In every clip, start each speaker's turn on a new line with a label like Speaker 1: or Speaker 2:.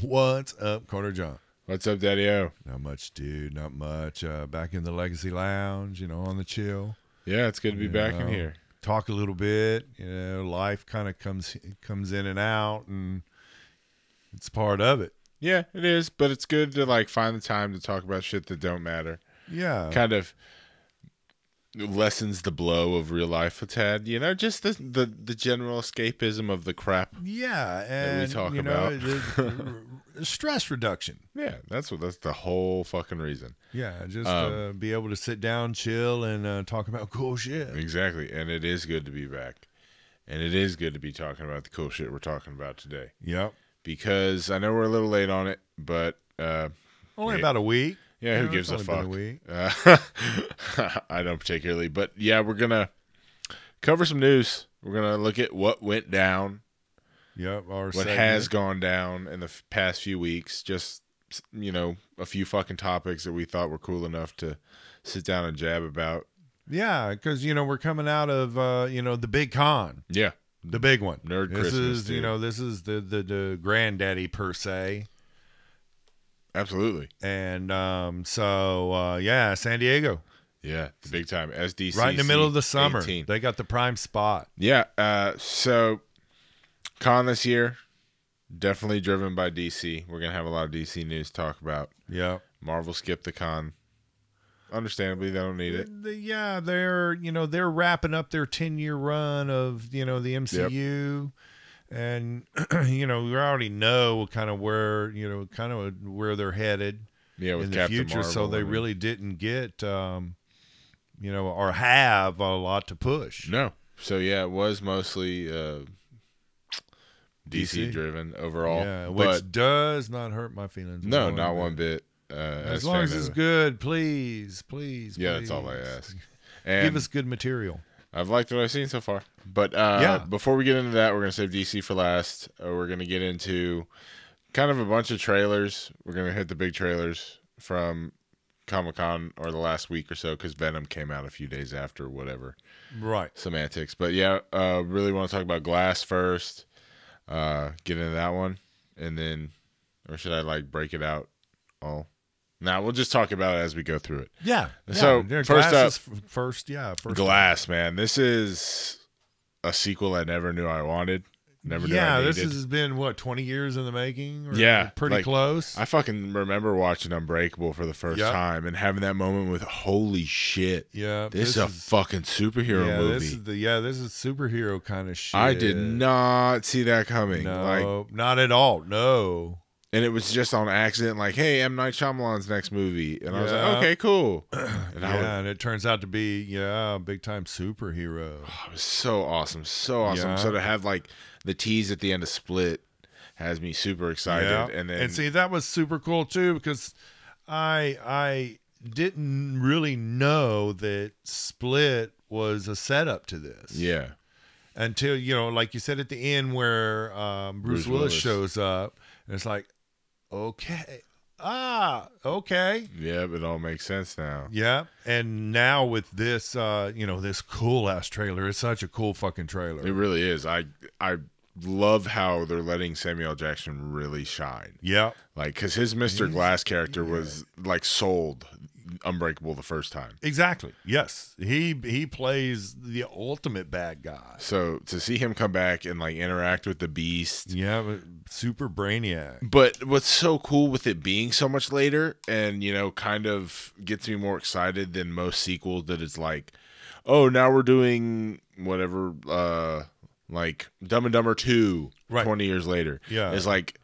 Speaker 1: What's up, Carter John?
Speaker 2: What's up, Daddy O?
Speaker 1: Not much, dude. Not much. Uh, back in the Legacy Lounge, you know, on the chill.
Speaker 2: Yeah, it's good to be back in
Speaker 1: know,
Speaker 2: here.
Speaker 1: Talk a little bit. You know, life kind of comes comes in and out, and it's part of it.
Speaker 2: Yeah, it is, but it's good to like find the time to talk about shit that don't matter.
Speaker 1: Yeah.
Speaker 2: Kind of lessens the blow of real life a tad, you know, just the the, the general escapism of the crap.
Speaker 1: yeah,
Speaker 2: we
Speaker 1: and
Speaker 2: talk
Speaker 1: you know,
Speaker 2: about.
Speaker 1: the- r- stress reduction.
Speaker 2: Yeah, that's what that's the whole fucking reason.
Speaker 1: Yeah, just
Speaker 2: Um,
Speaker 1: uh, be able to sit down, chill, and uh, talk about cool shit.
Speaker 2: Exactly. And it is good to be back. And it is good to be talking about the cool shit we're talking about today.
Speaker 1: Yep.
Speaker 2: Because I know we're a little late on it, but uh
Speaker 1: Only
Speaker 2: Yeah.
Speaker 1: about a week.
Speaker 2: yeah,
Speaker 1: You
Speaker 2: who
Speaker 1: know,
Speaker 2: gives a
Speaker 1: it's only
Speaker 2: fuck?
Speaker 1: been week.
Speaker 2: Uh, I don't particularly, but yeah, we're gonna cover some news. We're gonna look at what went down,
Speaker 1: Yep. Our
Speaker 2: what has gone down in the f- past few weeks. Just you know, a few fucking topics that we thought were cool enough to sit down and jab about.
Speaker 1: Yeah, because you know we're coming out of uh, you know the big con,
Speaker 2: Yeah,
Speaker 1: the big one.
Speaker 2: Nerd
Speaker 1: this
Speaker 2: Christmas,
Speaker 1: is you
Speaker 2: dude.
Speaker 1: know this is the, the the granddaddy per se,
Speaker 2: absolutely.
Speaker 1: and um, so uh, yeah, San Diego,
Speaker 2: Yeah, the big time SDC
Speaker 1: right in the middle of the summer,
Speaker 2: 18.
Speaker 1: they got the prime spot.
Speaker 2: Yeah. Uh, so con this year, definitely driven by DC. We're gonna have a lot of DC news to talk about.
Speaker 1: Yeah,
Speaker 2: Marvel skipped the con. Understandably, they don't need it.
Speaker 1: The- Uh, yeah, they're you know they're wrapping up their ten year run of you know the MCU. And you know we already know kind of where you know kind of where they're headed.
Speaker 2: Yeah, with
Speaker 1: in
Speaker 2: Captain
Speaker 1: the future,
Speaker 2: Marvel.
Speaker 1: so they
Speaker 2: and-
Speaker 1: really didn't get, um, you know, or have a lot to push.
Speaker 2: no. So yeah, it was mostly uh, DC,
Speaker 1: DC.
Speaker 2: driven overall.
Speaker 1: yeah, which
Speaker 2: but
Speaker 1: does not hurt my feelings.
Speaker 2: no,
Speaker 1: one
Speaker 2: not
Speaker 1: bit.
Speaker 2: one bit. Uh,
Speaker 1: As long as it's good, please, please.
Speaker 2: Yeah, that's all I
Speaker 1: please.
Speaker 2: ask. And
Speaker 1: Give us good material.
Speaker 2: I've liked what I've seen so far. But uh,
Speaker 1: Yeah.
Speaker 2: before we get into that, we're going to save DC for last. Uh, we're going to get into kind of a bunch of trailers. We're going to hit the big trailers from Comic Con or the last week or so because Venom came out a few days after, whatever.
Speaker 1: Right.
Speaker 2: Semantics. But yeah, uh, really want to talk about Glass first, uh, get into that one. And then, or should I like break it out all? Now we'll just talk about it as we go through it.
Speaker 1: Yeah. yeah,
Speaker 2: So,
Speaker 1: their
Speaker 2: first
Speaker 1: glasses f- first, yeah, first.
Speaker 2: Glass, man. This is a sequel I never knew I wanted. Never knew
Speaker 1: yeah,
Speaker 2: I needed.
Speaker 1: this has been what twenty years in the making. Or
Speaker 2: Yeah,
Speaker 1: pretty
Speaker 2: like,
Speaker 1: close.
Speaker 2: I fucking remember watching Unbreakable for the first
Speaker 1: Yeah.
Speaker 2: time and having that moment with holy shit.
Speaker 1: yeah,
Speaker 2: This, is a fucking superhero
Speaker 1: yeah,
Speaker 2: movie.
Speaker 1: This is the yeah, this is superhero kind of shit.
Speaker 2: I did not see that coming.
Speaker 1: No,
Speaker 2: Like
Speaker 1: not at all. No.
Speaker 2: and it was just on accident like, "Hey, M Night Shyamalan's next movie." And I was like,
Speaker 1: Yeah.
Speaker 2: "Okay, cool." And I was
Speaker 1: yeah, and it turns out to be yeah, a big time superhero.
Speaker 2: Oh, it was so awesome, so awesome.
Speaker 1: Yeah.
Speaker 2: So to have like the tease at the end of Split has me super excited,
Speaker 1: yeah,
Speaker 2: and then
Speaker 1: see that was super cool too because I I didn't really know that Split was a setup to this.
Speaker 2: yeah,
Speaker 1: until you know, like you said at the end where um, Bruce,
Speaker 2: Bruce
Speaker 1: Willis,
Speaker 2: Willis.
Speaker 1: shows up, and it's like, okay, ah, okay.
Speaker 2: Yep, it all makes sense now.
Speaker 1: Yeah, and now with this, uh, you know, this cool ass trailer, it's such a cool fucking trailer.
Speaker 2: It really is. I I love how they're letting Samuel Jackson really shine.
Speaker 1: yeah,
Speaker 2: Like, cause his Mister
Speaker 1: He's-
Speaker 2: Glass character
Speaker 1: yeah.
Speaker 2: was like sold Unbreakable the first time.
Speaker 1: Exactly. Yes. He he plays the ultimate bad guy.
Speaker 2: So to see him come back and like interact with the Beast.
Speaker 1: Yeah, but super brainiac.
Speaker 2: But what's so cool with it being so much later and, you know, kind of gets me more excited than most sequels that it's like, oh, now we're doing whatever, uh, like Dumb and Dumber 2
Speaker 1: Right.
Speaker 2: 20 years later.
Speaker 1: Yeah.
Speaker 2: It's like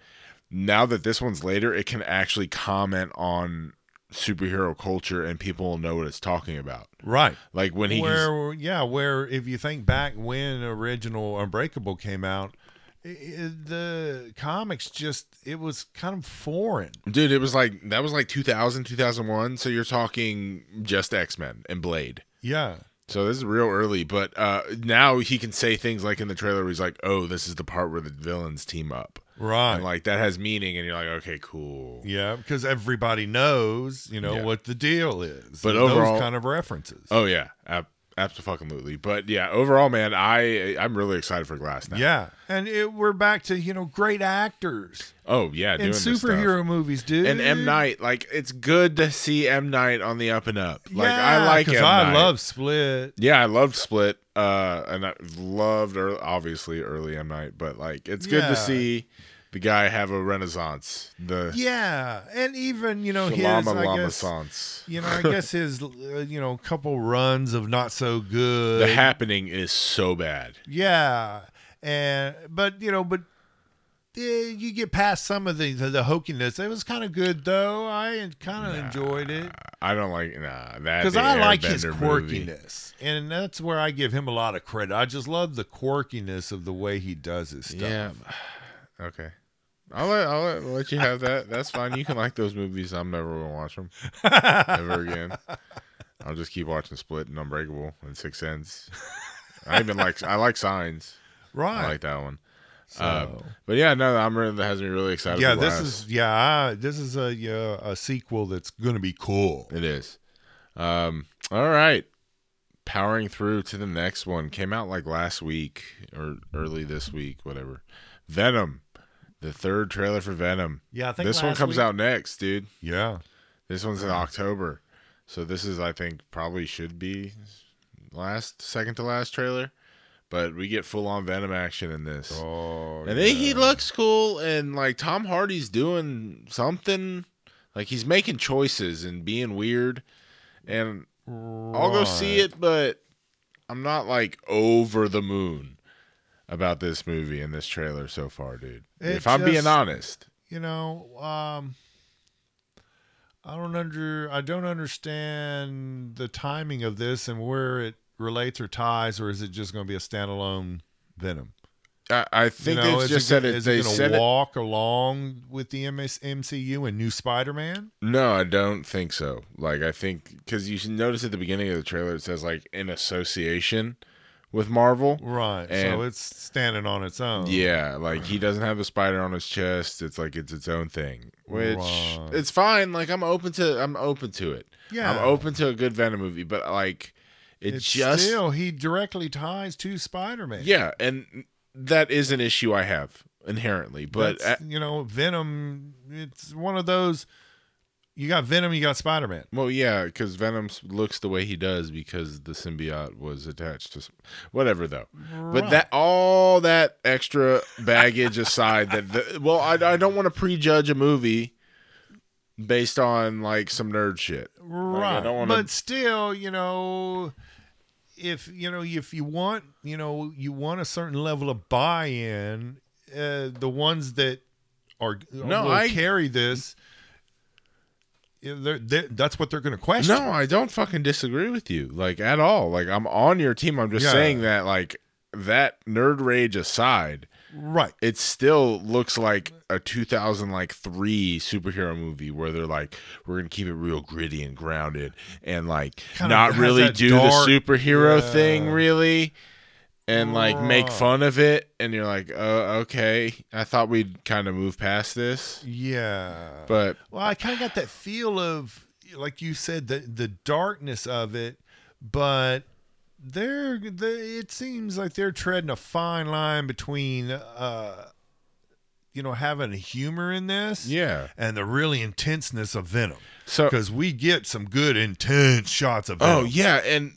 Speaker 2: now that this one's later, it can actually comment on superhero culture and people will know what it's talking about.
Speaker 1: Right.
Speaker 2: Like when he
Speaker 1: where yeah, where if you think back when original Unbreakable came out, i i the comics just it was kind of foreign.
Speaker 2: dude, it was like that was like 2000, 2001, so you're talking just X-Men and Blade.
Speaker 1: Yeah.
Speaker 2: So this is real early, but uh now he can say things like in the trailer where he's like, "Oh, this is the part where the villains team up."
Speaker 1: Right.
Speaker 2: And like that has meaning and you're like, "Okay, cool."
Speaker 1: yeah, because everybody knows, you know,
Speaker 2: Yeah.
Speaker 1: what the deal is.
Speaker 2: But
Speaker 1: and
Speaker 2: overall-
Speaker 1: those kind of references.
Speaker 2: Oh yeah. Ab- Absolutely, but yeah. Overall, man, I I'm really excited for Glass now.
Speaker 1: yeah. And it, we're back to, you know, great actors
Speaker 2: Oh yeah,
Speaker 1: in
Speaker 2: doing this stuff.
Speaker 1: superhero movies, dude.
Speaker 2: and M Night. Like it's good to see M Night on the up and up. Like I
Speaker 1: Yeah,
Speaker 2: like M
Speaker 1: I
Speaker 2: Night.
Speaker 1: love Split.
Speaker 2: Yeah, I loved Split. Uh, and I loved early, obviously early M Night, but like it's good
Speaker 1: Yeah.
Speaker 2: to see the guy have a renaissance. The
Speaker 1: Yeah, and even you know his
Speaker 2: Shalama
Speaker 1: I
Speaker 2: Lama
Speaker 1: guess
Speaker 2: Sans.
Speaker 1: you know I guess his uh, you know couple runs of not so good.
Speaker 2: The happening is so bad.
Speaker 1: yeah, and but you know but. eh, You get past some of the the, the hokiness. It was kind of good though. I kind of enjoyed it
Speaker 2: I don't like nah that
Speaker 1: because
Speaker 2: the
Speaker 1: I like his
Speaker 2: Airbender movie.
Speaker 1: quirkiness, and that's where I give him a lot of credit. I just love the quirkiness of the way he does his stuff.
Speaker 2: Yeah. Okay. I'll let, I'll let, let you have that. That's fine. You can like those movies. I'm never going to watch them ever again. I'll just keep watching Split and Unbreakable and Six Sense. I even like I like Signs.
Speaker 1: right.
Speaker 2: I like that one.
Speaker 1: so.
Speaker 2: um, But yeah, no, I'm really, that has me really excited.
Speaker 1: yeah,
Speaker 2: for
Speaker 1: this
Speaker 2: Glass.
Speaker 1: is yeah, I- this is a yeah, a sequel that's gonna be cool.
Speaker 2: it is. Um, all right, powering through to the next one. Came out like last week or early this week, whatever. Venom, the third trailer for Venom.
Speaker 1: Yeah, I think
Speaker 2: This one comes out next, dude.
Speaker 1: Yeah,
Speaker 2: This one's in October. So this is I think probably should be last second to last trailer. But we get full on Venom action in this.
Speaker 1: oh,
Speaker 2: and then he
Speaker 1: yeah.
Speaker 2: looks cool and like Tom Hardy's doing something. Like he's making choices and being weird. And I'll go see
Speaker 1: Right.
Speaker 2: it, but I'm not like over the moon about this movie and this trailer so far, dude.
Speaker 1: It
Speaker 2: if I'm being
Speaker 1: just-
Speaker 2: honest.
Speaker 1: You know, um, I don't under I don't understand the timing of this and where it relates or ties, or is it just gonna be a standalone Venom?
Speaker 2: I, I think
Speaker 1: you know,
Speaker 2: they've
Speaker 1: is
Speaker 2: just
Speaker 1: it,
Speaker 2: said
Speaker 1: go-
Speaker 2: it.
Speaker 1: is
Speaker 2: They
Speaker 1: gonna
Speaker 2: said it
Speaker 1: walk along with the MS, MCU and new Spider-Man?
Speaker 2: No, I don't think so. Like, I think because you should notice at the beginning of the trailer it says like in association with Marvel.
Speaker 1: Right.
Speaker 2: And-
Speaker 1: so it's standing on its own.
Speaker 2: Yeah, like he doesn't have the spider on his chest. It's like it's its own thing, which
Speaker 1: Right.
Speaker 2: it's fine. Like I'm open to I'm open to it.
Speaker 1: Yeah.
Speaker 2: I'm open to a good Venom movie, but like it
Speaker 1: it's
Speaker 2: just
Speaker 1: still he directly ties to Spider-Man.
Speaker 2: yeah, and that is an issue I have inherently. But
Speaker 1: That's, you know, Venom. It's one of those. You got Venom. You got Spider Man.
Speaker 2: Well, yeah, because Venom s- looks the way he does because the symbiote was attached to s- whatever, though. But
Speaker 1: Right.
Speaker 2: that all that extra baggage aside, that the, well, I, I don't want to prejudge a movie based on like some nerd shit.
Speaker 1: Right.
Speaker 2: don't wanna-
Speaker 1: But still, you know, if you know, if you want, you know, you want a certain level of buy-in. Uh, the ones that are
Speaker 2: No,
Speaker 1: will
Speaker 2: I-
Speaker 1: carry this. you know, They're, they're, that's what they're going to question.
Speaker 2: No, I don't fucking disagree with you, like at all. Like I'm on your team. I'm just
Speaker 1: Yeah.
Speaker 2: saying that, like that nerd rage aside,
Speaker 1: Right.
Speaker 2: it still looks like a 2000 like three superhero movie where they're like we're gonna keep it real gritty and grounded and like
Speaker 1: Kinda
Speaker 2: not
Speaker 1: has
Speaker 2: really
Speaker 1: that
Speaker 2: do
Speaker 1: dark-
Speaker 2: the superhero
Speaker 1: yeah. Oh.
Speaker 2: thing really and like make
Speaker 1: Right.
Speaker 2: fun of it and you're like uh, okay i thought we'd kind of move past this
Speaker 1: Yeah.
Speaker 2: but
Speaker 1: Well, I kind of got that feel of, like you said, the the darkness of it, but they're, they it seems like they're treading a fine line between, uh, you know, having humor in this,
Speaker 2: yeah
Speaker 1: and the really intenseness of Venom,
Speaker 2: so
Speaker 1: because we get some good intense shots of
Speaker 2: oh
Speaker 1: Venom.
Speaker 2: yeah and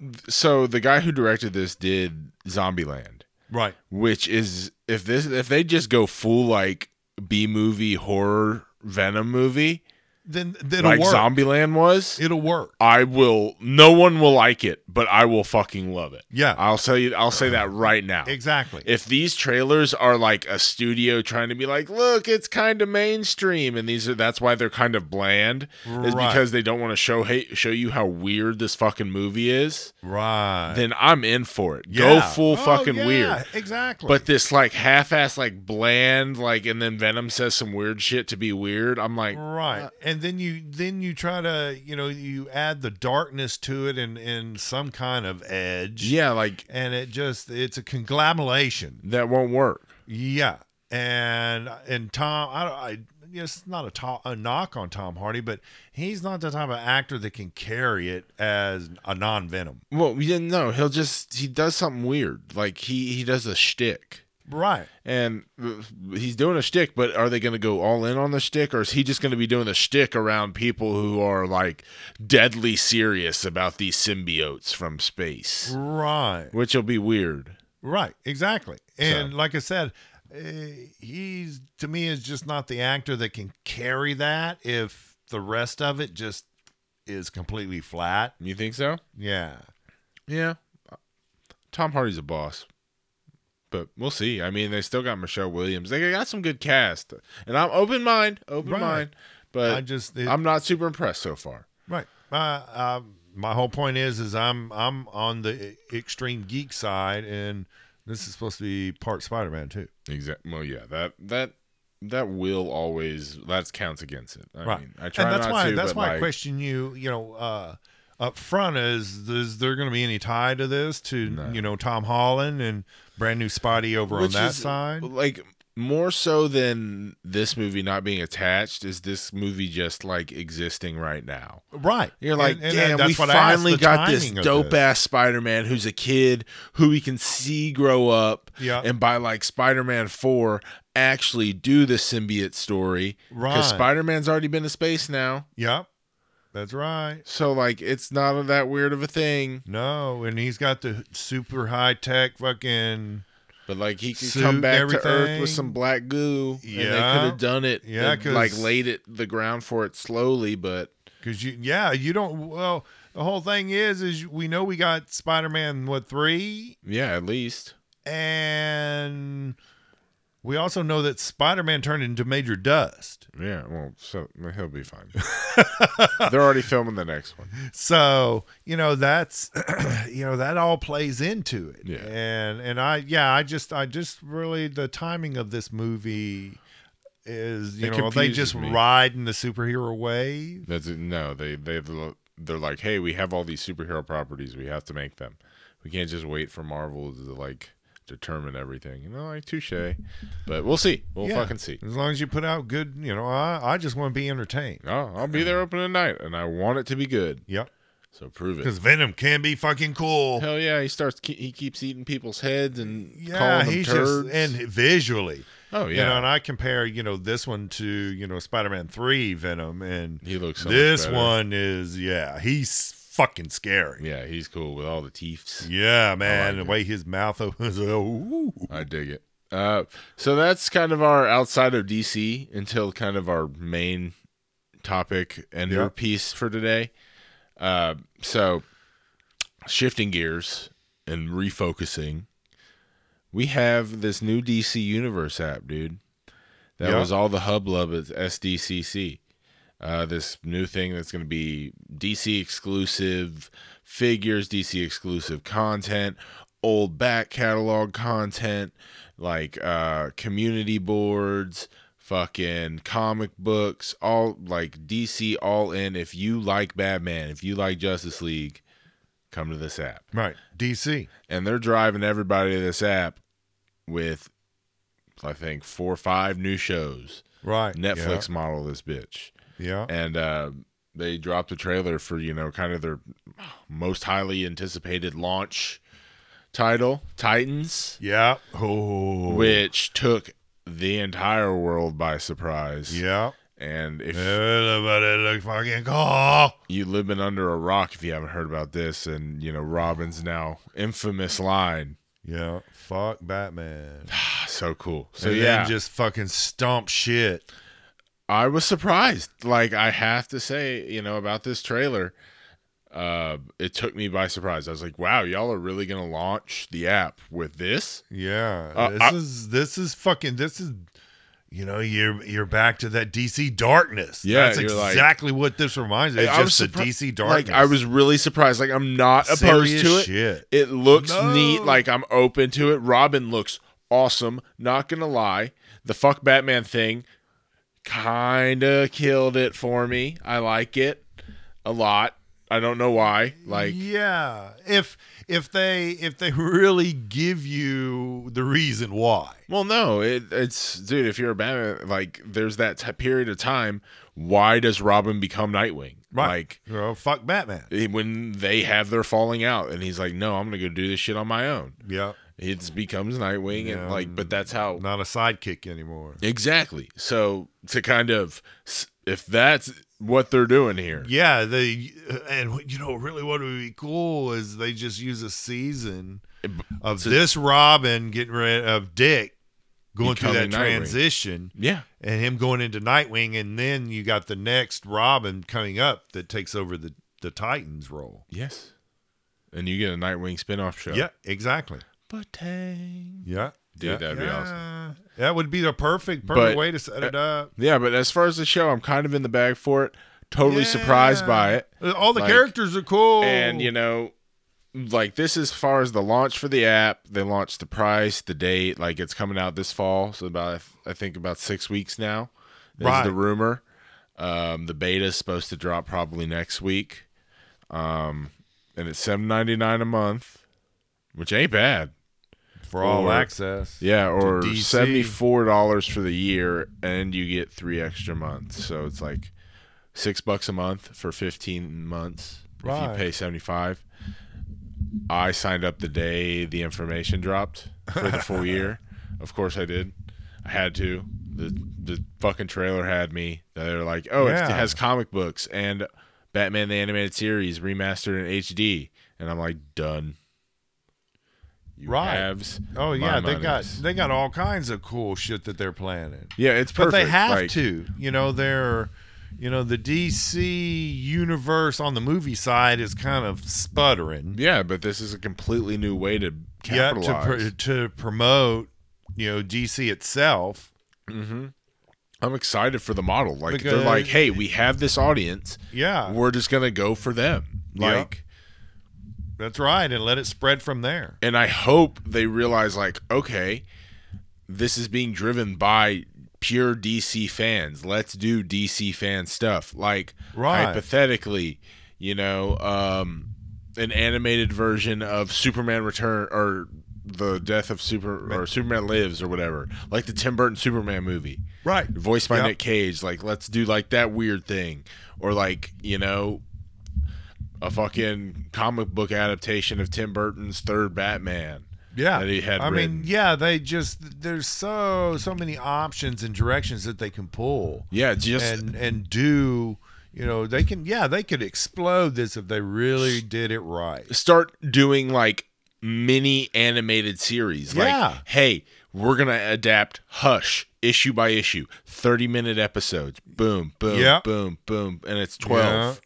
Speaker 2: th- so the guy who directed this did zombieland
Speaker 1: right,
Speaker 2: which is if this if they just go full like B movie horror Venom movie,
Speaker 1: then it'll
Speaker 2: like
Speaker 1: work.
Speaker 2: Zombieland was.
Speaker 1: It'll work.
Speaker 2: I will. No one will like it, but I will fucking love it.
Speaker 1: Yeah,
Speaker 2: I'll say you. I'll say that right now.
Speaker 1: exactly.
Speaker 2: If these trailers are like a studio trying to be like, look, it's kind of mainstream, and these are that's why they're kind of bland, is
Speaker 1: Right.
Speaker 2: because they don't want to show hate, show you how weird this fucking movie is.
Speaker 1: right.
Speaker 2: Then I'm in for it. Go
Speaker 1: Yeah.
Speaker 2: full
Speaker 1: Oh,
Speaker 2: fucking
Speaker 1: yeah,
Speaker 2: weird.
Speaker 1: Exactly.
Speaker 2: But this like half-ass, like bland, like, and then Venom says some weird shit to be weird. I'm like,
Speaker 1: right and then you then you try to you know you add the darkness to it and and some kind of edge
Speaker 2: yeah, like
Speaker 1: and it just it's a conglomeration
Speaker 2: that won't work.
Speaker 1: yeah and and tom i don't i you know, it's not a, to- a knock on Tom Hardy, but he's not the type of actor that can carry it as a non-venom.
Speaker 2: Well, yeah, no, he'll just he does something weird. Like he he does a shtick.
Speaker 1: Right.
Speaker 2: and uh, he's doing a shtick, but are they going to go all in on the shtick, or is he just going to be doing the shtick around people who are like deadly serious about these symbiotes from space,
Speaker 1: Right.
Speaker 2: which will be weird?
Speaker 1: Right, exactly. And like I said, uh, he's to me is just not the actor that can carry that if the rest of it just is completely flat.
Speaker 2: You think so?
Speaker 1: Yeah.
Speaker 2: Yeah. Tom Hardy's a boss, but we'll see. I mean, they still got Michelle Williams. They got some good cast, and I'm open mind, open
Speaker 1: Right.
Speaker 2: mind,
Speaker 1: I
Speaker 2: but
Speaker 1: just it,
Speaker 2: I'm not super impressed so far.
Speaker 1: right. Uh, uh, my whole point is is I'm I'm on the e-, extreme geek side and this is supposed to be part Spider-Man too.
Speaker 2: Exactly. Well, yeah that that that will always that counts against it. I
Speaker 1: Right.
Speaker 2: mean, I try
Speaker 1: and that's
Speaker 2: not
Speaker 1: why
Speaker 2: to.
Speaker 1: that's
Speaker 2: but
Speaker 1: why I
Speaker 2: like,
Speaker 1: question you. You know, uh, up front is is there going to be any tie to this to
Speaker 2: No.
Speaker 1: you know Tom Holland and brand new Spidey over
Speaker 2: Which
Speaker 1: on that
Speaker 2: is-
Speaker 1: side?
Speaker 2: like more so than this movie not being attached is this movie just like existing right now.
Speaker 1: Right.
Speaker 2: You're like,
Speaker 1: And- and
Speaker 2: damn,
Speaker 1: that's
Speaker 2: we
Speaker 1: what I asked,
Speaker 2: finally
Speaker 1: the
Speaker 2: got this
Speaker 1: timing of
Speaker 2: dope
Speaker 1: this.
Speaker 2: ass Spider-Man who's a kid who we can see grow up,
Speaker 1: Yeah.
Speaker 2: and by like Spider-Man Four, actually do the symbiote story
Speaker 1: Right.
Speaker 2: because Spider-Man's already been to space now,
Speaker 1: yep. That's right.
Speaker 2: so like it's not that weird of a thing.
Speaker 1: No, and he's got the super high tech fucking.
Speaker 2: But like he could
Speaker 1: Suit,
Speaker 2: come back to Earth
Speaker 1: everything.
Speaker 2: with some black goo, and they could
Speaker 1: Yeah.
Speaker 2: have done it.
Speaker 1: Yeah,
Speaker 2: and, like
Speaker 1: 'cause-
Speaker 2: laid it the ground for it slowly, but
Speaker 1: Cause you, yeah, you don't. Well, the whole thing is, is we know we got Spider-Man what three,
Speaker 2: yeah, at least
Speaker 1: and we also know that Spider-Man turned into Major Dust.
Speaker 2: yeah. Well, so he'll be fine. They're already filming the next one.
Speaker 1: so you know that's you know that all plays into it
Speaker 2: Yeah.
Speaker 1: and and i yeah i just i just really the timing of this movie is you
Speaker 2: It
Speaker 1: know are they
Speaker 2: confuses
Speaker 1: just
Speaker 2: me.
Speaker 1: riding the superhero wave
Speaker 2: That's it. no, they they they're like, hey, we have all these superhero properties, we have to make them. We can't just wait for Marvel to like determine everything. You know, like touche. But we'll see. We'll
Speaker 1: Yeah.
Speaker 2: fucking see.
Speaker 1: as long as you put out good you know i, I just want to be entertained
Speaker 2: Oh, I'll be there opening night, and I want it to be good.
Speaker 1: yep
Speaker 2: So prove it.
Speaker 1: because venom can be fucking cool
Speaker 2: Hell yeah, he starts. ke- He keeps eating people's heads and
Speaker 1: yeah
Speaker 2: calling them
Speaker 1: he's
Speaker 2: turds.
Speaker 1: just and visually
Speaker 2: oh yeah,
Speaker 1: you know and i compare you know this one to you know spider-man 3 venom and
Speaker 2: he looks. So much
Speaker 1: this
Speaker 2: better.
Speaker 1: one is yeah, he's fucking scary.
Speaker 2: Yeah, he's cool with all the teeth.
Speaker 1: Yeah, man,
Speaker 2: it.
Speaker 1: the way his mouth opens. Ooh.
Speaker 2: I dig it. Uh, so that's kind of our outside of DC until kind of our main topic and
Speaker 1: Yeah.
Speaker 2: your piece for today. Uh, so shifting gears and refocusing, we have this new DC Universe app, dude. That
Speaker 1: Yeah.
Speaker 2: was all the hublub at SDCC. Uh, this new thing that's going to be DC exclusive figures, DC exclusive content, old back catalog content, like uh, community boards, fucking comic books, all like DC all in. If you like Batman, if you like Justice League, come to this app.
Speaker 1: Right, DC.
Speaker 2: And they're driving everybody to this app with, I think, four or five new shows.
Speaker 1: Right,
Speaker 2: Netflix model this bitch
Speaker 1: Yeah, yeah.
Speaker 2: and uh, they dropped a trailer for you know kind of their most highly anticipated launch title titans
Speaker 1: yeah. Oh,
Speaker 2: which took the entire world by surprise
Speaker 1: yeah.
Speaker 2: and if
Speaker 1: Everybody look fucking cool.
Speaker 2: you live in under a rock if you haven't heard about this and you know robin's now infamous line
Speaker 1: Yeah, fuck Batman.
Speaker 2: so cool so
Speaker 1: and
Speaker 2: yeah
Speaker 1: then just fucking stomp shit.
Speaker 2: I was surprised. Like I have to say, you know, about this trailer, uh, it took me by surprise. I was like, "Wow, y'all are really gonna launch the app with this?"
Speaker 1: Yeah,
Speaker 2: Uh,
Speaker 1: this
Speaker 2: I-
Speaker 1: is this is fucking this is. You know, you're you're back to that DC darkness.
Speaker 2: Yeah,
Speaker 1: that's
Speaker 2: you're like-
Speaker 1: exactly what this reminds me. It's
Speaker 2: I was
Speaker 1: just the
Speaker 2: surpri-
Speaker 1: DC darkness.
Speaker 2: Like I was really surprised. Like I'm not opposed
Speaker 1: Serious
Speaker 2: to it.
Speaker 1: Shit.
Speaker 2: It looks
Speaker 1: No.
Speaker 2: neat. Like I'm open to it. Robin looks awesome. Not gonna lie, the fuck Batman thing kinda killed it for me. I like it a lot. I don't know why. Like
Speaker 1: yeah, if if they if they really give you the reason why,
Speaker 2: Well, no, it, it's dude. If you're a Batman, like there's that t- period of time. Why does Robin become Nightwing?
Speaker 1: Right. you know, fuck Batman.
Speaker 2: Like eh, when they have their falling out, and he's like, "No, I'm gonna go do this shit on my own."
Speaker 1: Yeah,
Speaker 2: It becomes Nightwing,
Speaker 1: Yeah,
Speaker 2: and like, but that's how
Speaker 1: not a sidekick anymore.
Speaker 2: exactly. So to kind of, s- if that's what they're doing here,
Speaker 1: Yeah, they and you know really what would be cool is they just use a season
Speaker 2: Eh,
Speaker 1: of
Speaker 2: So-
Speaker 1: this Robin getting rid of Dick going through that
Speaker 2: Becoming Nightwing.
Speaker 1: transition
Speaker 2: yeah,
Speaker 1: and him going into Nightwing and then you got the next Robin coming up that takes over the the Titans role.
Speaker 2: yes, and you get a Nightwing spinoff show.
Speaker 1: Yeah, exactly.
Speaker 2: but dang.
Speaker 1: Yeah.
Speaker 2: Dude,
Speaker 1: yeah,
Speaker 2: that'd be awesome.
Speaker 1: yeah. That would be the perfect perfect
Speaker 2: But- eh,
Speaker 1: way to set it up.
Speaker 2: Yeah, but as far as the show, I'm kind of in the bag for it. Totally surprised by
Speaker 1: Yeah.
Speaker 2: it.
Speaker 1: All the
Speaker 2: Like-
Speaker 1: characters are cool.
Speaker 2: And you know, like this as far as the launch for the app, they launched the price, the date, like it's coming out this fall, so about I think about 6 weeks now. Is
Speaker 1: Right.
Speaker 2: the rumor. Um the beta is supposed to drop probably next week. Um and it's 7.99 a month, which ain't bad.
Speaker 1: for all
Speaker 2: or-
Speaker 1: access.
Speaker 2: Yeah, or
Speaker 1: DC.
Speaker 2: $74 for the year and you get 3 extra months. So it's like 6 bucks a month for 15 months if you
Speaker 1: Right.
Speaker 2: pay 75 i signed up the day the information dropped for the full year of course i did i had to the the fucking trailer had me they're like oh it's-
Speaker 1: Yeah.
Speaker 2: it has comic books and batman the animated series remastered in hd and i'm like done you
Speaker 1: Right.
Speaker 2: haves
Speaker 1: Oh
Speaker 2: my
Speaker 1: yeah, they got
Speaker 2: monies.
Speaker 1: they got all kinds of cool shit that they're planning.
Speaker 2: yeah it's
Speaker 1: But
Speaker 2: perfect
Speaker 1: they have
Speaker 2: Like,
Speaker 1: to, you know, they're you know, the DC universe on the movie side is kind of sputtering.
Speaker 2: yeah but this is a completely new way to
Speaker 1: Yeah,
Speaker 2: capitalize
Speaker 1: to pr- to promote, you know, DC itself.
Speaker 2: hmm I'm excited for the model. Like
Speaker 1: Mm-hmm. Because- Uh.
Speaker 2: they're like, hey, we have this audience.
Speaker 1: Yeah,
Speaker 2: We're just gonna go for them.
Speaker 1: Yeah.
Speaker 2: Like,
Speaker 1: that's right, and let it spread from there.
Speaker 2: and I hope they realize like, okay, this is being driven by pure DC fans. Let's do DC fan stuff. Like
Speaker 1: Right.
Speaker 2: hypothetically, you know, um, an animated version of Superman Return or the death of Super or Superman Lives or whatever, like the Tim Burton Superman movie.
Speaker 1: right.
Speaker 2: voiced by
Speaker 1: Yep.
Speaker 2: Nick Cage. Like, let's do like that weird thing, or like you know, a fucking comic book adaptation of Tim Burton's third Batman
Speaker 1: Yeah.
Speaker 2: that he had.
Speaker 1: I mean,
Speaker 2: written.
Speaker 1: yeah, they just there's so so many options and directions that they can pull.
Speaker 2: yeah, just
Speaker 1: and and do you know they can yeah they could explode this if they really did it right
Speaker 2: start doing like mini animated series.
Speaker 1: Yeah.
Speaker 2: Like, hey, we're gonna adapt Hush issue by issue, thirty minute episodes. Boom, boom,
Speaker 1: Yeah.
Speaker 2: boom, boom, and it's twelve.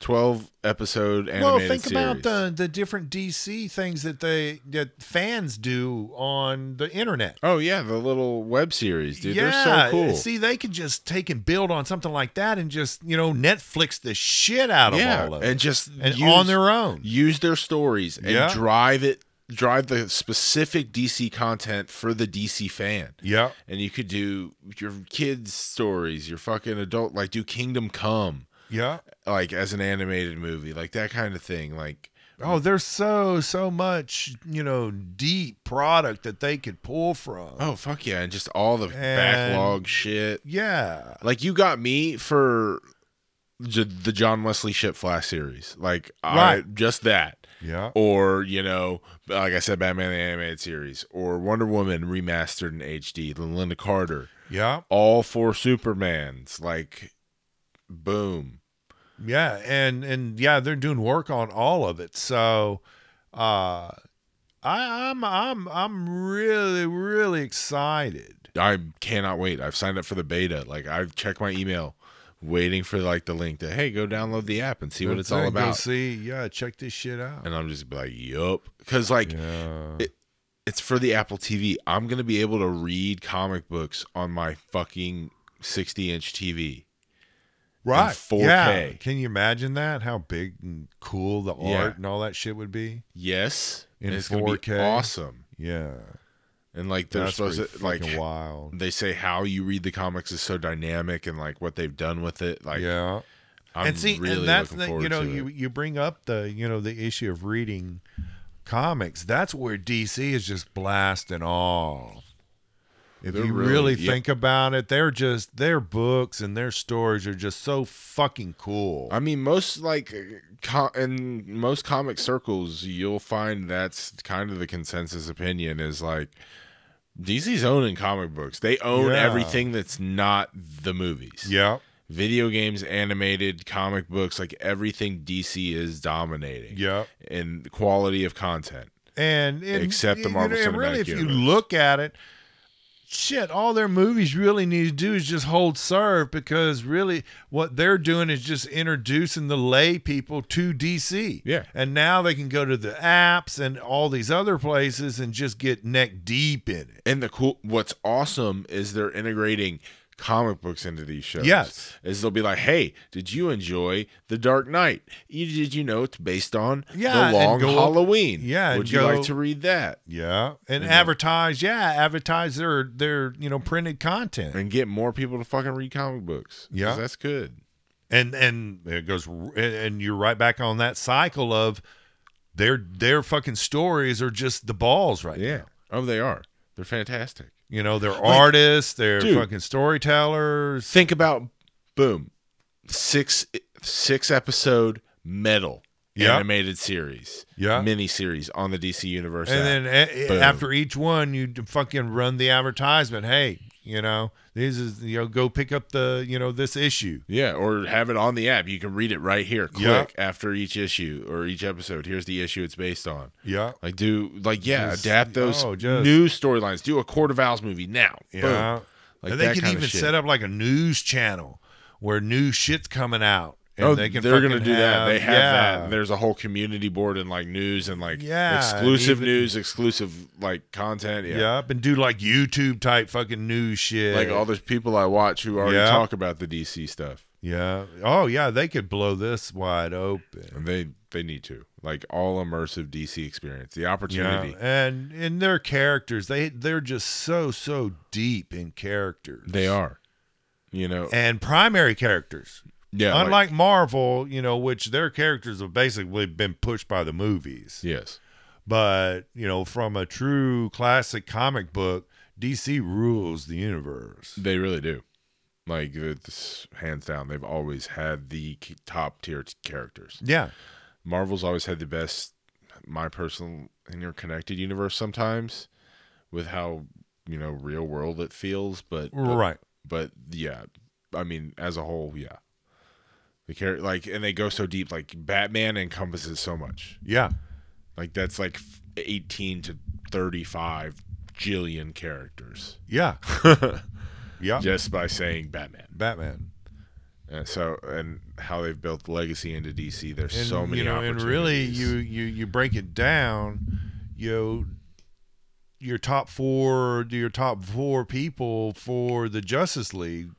Speaker 2: 12 episode animated
Speaker 1: well think
Speaker 2: series.
Speaker 1: about the the different dc things that they that fans do on the internet
Speaker 2: Oh yeah, the little web series, dude.
Speaker 1: yeah,
Speaker 2: They're so cool.
Speaker 1: see, they could just take and build on something like that, and just you know Netflix the shit out of all of it,
Speaker 2: and just
Speaker 1: and
Speaker 2: use,
Speaker 1: on their own.
Speaker 2: use their stories and
Speaker 1: Yeah.
Speaker 2: drive it, drive the specific DC content for the DC fan.
Speaker 1: Yeah,
Speaker 2: And you could do your kids' stories, your fucking adult, like do Kingdom Come,
Speaker 1: yeah.
Speaker 2: like as an animated movie, like that kind of thing. Like
Speaker 1: Oh, there's so so much you know deep product that they could pull from.
Speaker 2: oh fuck yeah, and just all the
Speaker 1: And-
Speaker 2: backlog shit.
Speaker 1: yeah,
Speaker 2: Like you got me for j- the John Wesley Ship Flash series, like I,
Speaker 1: Right.
Speaker 2: just that.
Speaker 1: yeah.
Speaker 2: or you know, like I said, Batman the animated series, or Wonder Woman remastered in HD, the Linda Carter,
Speaker 1: Yeah,
Speaker 2: all four Supermans, like, boom,
Speaker 1: yeah, and and yeah, they're doing work on all of it. So, uh, I, I'm I'm I'm really really excited
Speaker 2: I cannot wait. I've signed up for the beta. Like I've checked my email, waiting for like the link to hey, go download the app and see what it's all
Speaker 1: Go
Speaker 2: about.
Speaker 1: see, yeah, check this shit out.
Speaker 2: And I'm just like, yup, because like
Speaker 1: yeah.
Speaker 2: it- it's for the Apple TV. I'm gonna be able to read comic books on my fucking 60 inch TV.
Speaker 1: right.
Speaker 2: 4K.
Speaker 1: Yeah. Can you imagine that? How big and cool the
Speaker 2: Yeah.
Speaker 1: art and all that shit would be?
Speaker 2: Yes,
Speaker 1: In
Speaker 2: and it's gonna be
Speaker 1: 4K?
Speaker 2: awesome.
Speaker 1: Yeah.
Speaker 2: And like they're
Speaker 1: That's
Speaker 2: supposed
Speaker 1: pretty
Speaker 2: to like
Speaker 1: fucking wild.
Speaker 2: they say how you read the comics is so dynamic and like what they've done with it. Like
Speaker 1: yeah.
Speaker 2: I'm
Speaker 1: and see,
Speaker 2: really
Speaker 1: and that's
Speaker 2: looking
Speaker 1: the
Speaker 2: forward
Speaker 1: you know
Speaker 2: to it.
Speaker 1: you you bring up the you know the issue of reading comics. That's where DC is just blasting off. If
Speaker 2: They're
Speaker 1: you
Speaker 2: really-
Speaker 1: really
Speaker 2: yeah.
Speaker 1: think about it, they're just their books and their stories are just so fucking cool.
Speaker 2: I mean, most like co- in most comic circles, you'll find that's kind of the consensus opinion is like DC's owning comic books. They own
Speaker 1: Yeah.
Speaker 2: everything that's not the movies.
Speaker 1: yeah,
Speaker 2: Video games, animated, comic books, like everything DC is dominating
Speaker 1: yeah.
Speaker 2: in quality of content.
Speaker 1: and, and
Speaker 2: Except the
Speaker 1: you
Speaker 2: Marvel
Speaker 1: know, and really
Speaker 2: Cinematic
Speaker 1: if you
Speaker 2: Universe.
Speaker 1: look at it shit all their movies really need to do is just hold serve because really what they're doing is just introducing the lay people to dc
Speaker 2: Yeah.
Speaker 1: and now they can go to the apps and all these other places and just get neck deep in it
Speaker 2: And the cool, what's awesome is they're integrating comic books into these shows.
Speaker 1: Yes.
Speaker 2: is they'll be like, "Hey, did you enjoy The Dark Knight? You, did you know it's based on
Speaker 1: Yeah,
Speaker 2: the
Speaker 1: and
Speaker 2: Long
Speaker 1: go-
Speaker 2: Halloween?
Speaker 1: yeah, and
Speaker 2: would you
Speaker 1: go-
Speaker 2: like to read that
Speaker 1: yeah and
Speaker 2: Mhm.
Speaker 1: advertise yeah advertise their their you know printed content
Speaker 2: and get more people to fucking read comic books? 'Cause
Speaker 1: Yeah.
Speaker 2: that's good.
Speaker 1: and and it goes and- and you're right back on that cycle of their their fucking stories are just the balls right
Speaker 2: Yeah,
Speaker 1: now.
Speaker 2: oh, they are. They're fantastic.
Speaker 1: You know, they're artists, they're
Speaker 2: dude.
Speaker 1: fucking storytellers.
Speaker 2: Think about boom, six six episode metal
Speaker 1: Yeah.
Speaker 2: animated series,
Speaker 1: Yeah.
Speaker 2: mini series on the DC universe. app.
Speaker 1: And then a- a-
Speaker 2: Boom.
Speaker 1: after each one you d- fucking run the advertisement, hey, you know, this is you know go pick up the, you know, this issue.
Speaker 2: Yeah, or have it on the app. You can read it right here, quick
Speaker 1: Yeah.
Speaker 2: after each issue or each episode. Here's the issue it's based on.
Speaker 1: Yeah.
Speaker 2: Like do like yeah,
Speaker 1: Just-
Speaker 2: adapt those
Speaker 1: oh, just-
Speaker 2: new storylines. Do a Court of Owls movie now. Boom.
Speaker 1: Yeah.
Speaker 2: Like
Speaker 1: and they
Speaker 2: that
Speaker 1: can
Speaker 2: kind
Speaker 1: even
Speaker 2: of shit.
Speaker 1: set up like a news channel where new shit's coming out. And
Speaker 2: oh,
Speaker 1: they can
Speaker 2: they're gonna
Speaker 1: fucking
Speaker 2: do that. They have
Speaker 1: yeah.
Speaker 2: that. There's a whole community board and like news and like
Speaker 1: Yeah, and
Speaker 2: exclusive
Speaker 1: even-
Speaker 2: news, exclusive like content. Yeah.
Speaker 1: Yep, and do like YouTube type fucking news shit.
Speaker 2: Like all those people I watch who already
Speaker 1: Yeah.
Speaker 2: talk about the DC stuff,
Speaker 1: yeah. Oh yeah, they could blow this wide open.
Speaker 2: and they they need to like all immersive DC experience, the
Speaker 1: Yeah,
Speaker 2: opportunity.
Speaker 1: and and their characters, they they're just so so deep in characters.
Speaker 2: They are, you know,
Speaker 1: and primary characters.
Speaker 2: yeah. like-
Speaker 1: Unlike Marvel, you know, which their characters have basically been pushed by the movies.
Speaker 2: Yes.
Speaker 1: But you know, from a true classic comic book, DC rules the universe.
Speaker 2: They really do. Like it's hands down, they've always had the k- top tier t- characters.
Speaker 1: Yeah,
Speaker 2: Marvel's always had the best, my personal interconnected universe. Sometimes, with how you know real world it feels, but but,
Speaker 1: right.
Speaker 2: but yeah, I mean as a whole, yeah. The character like, and they go so deep. Like Batman encompasses so much.
Speaker 1: Yeah,
Speaker 2: Like that's like f- eighteen to thirty-five jillion characters,
Speaker 1: yeah, yeah.
Speaker 2: just by saying Batman.
Speaker 1: Batman.
Speaker 2: Uh, so and how they've built legacy into DC. There's so many
Speaker 1: you know, and
Speaker 2: opportunities.
Speaker 1: really you you you break it down you know, your top four your top four people for the justice league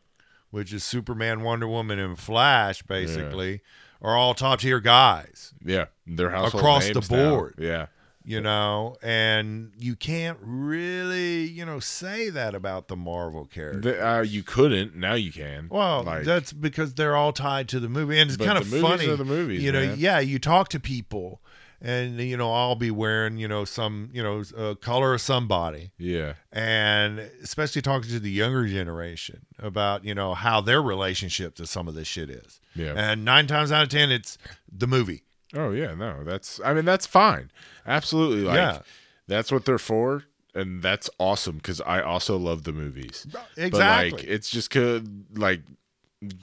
Speaker 1: which is superman wonder woman and flash basically are all top tier guys
Speaker 2: yeah, their household
Speaker 1: across the
Speaker 2: names now.
Speaker 1: board.
Speaker 2: Yeah,
Speaker 1: you know and you can't really you know say that about the marvel character
Speaker 2: The- uh, you couldn't. Now you can.
Speaker 1: well
Speaker 2: like-
Speaker 1: that's because they're all tied to the movie and it's
Speaker 2: But
Speaker 1: kind of
Speaker 2: the movies
Speaker 1: funny
Speaker 2: Are the movies,
Speaker 1: you know
Speaker 2: man.
Speaker 1: yeah you talk to people and you know i'll be wearing you know some you know a color of somebody
Speaker 2: yeah,
Speaker 1: and especially talking to the younger generation about you know how their relationship to some of this shit is
Speaker 2: yeah.
Speaker 1: and nine times out of ten it's the movie
Speaker 2: oh yeah, no, that's. I mean, that's fine. Absolutely, like
Speaker 1: Yeah.
Speaker 2: that's what they're for, and that's awesome because I also love the movies.
Speaker 1: exactly
Speaker 2: But like, it's just could like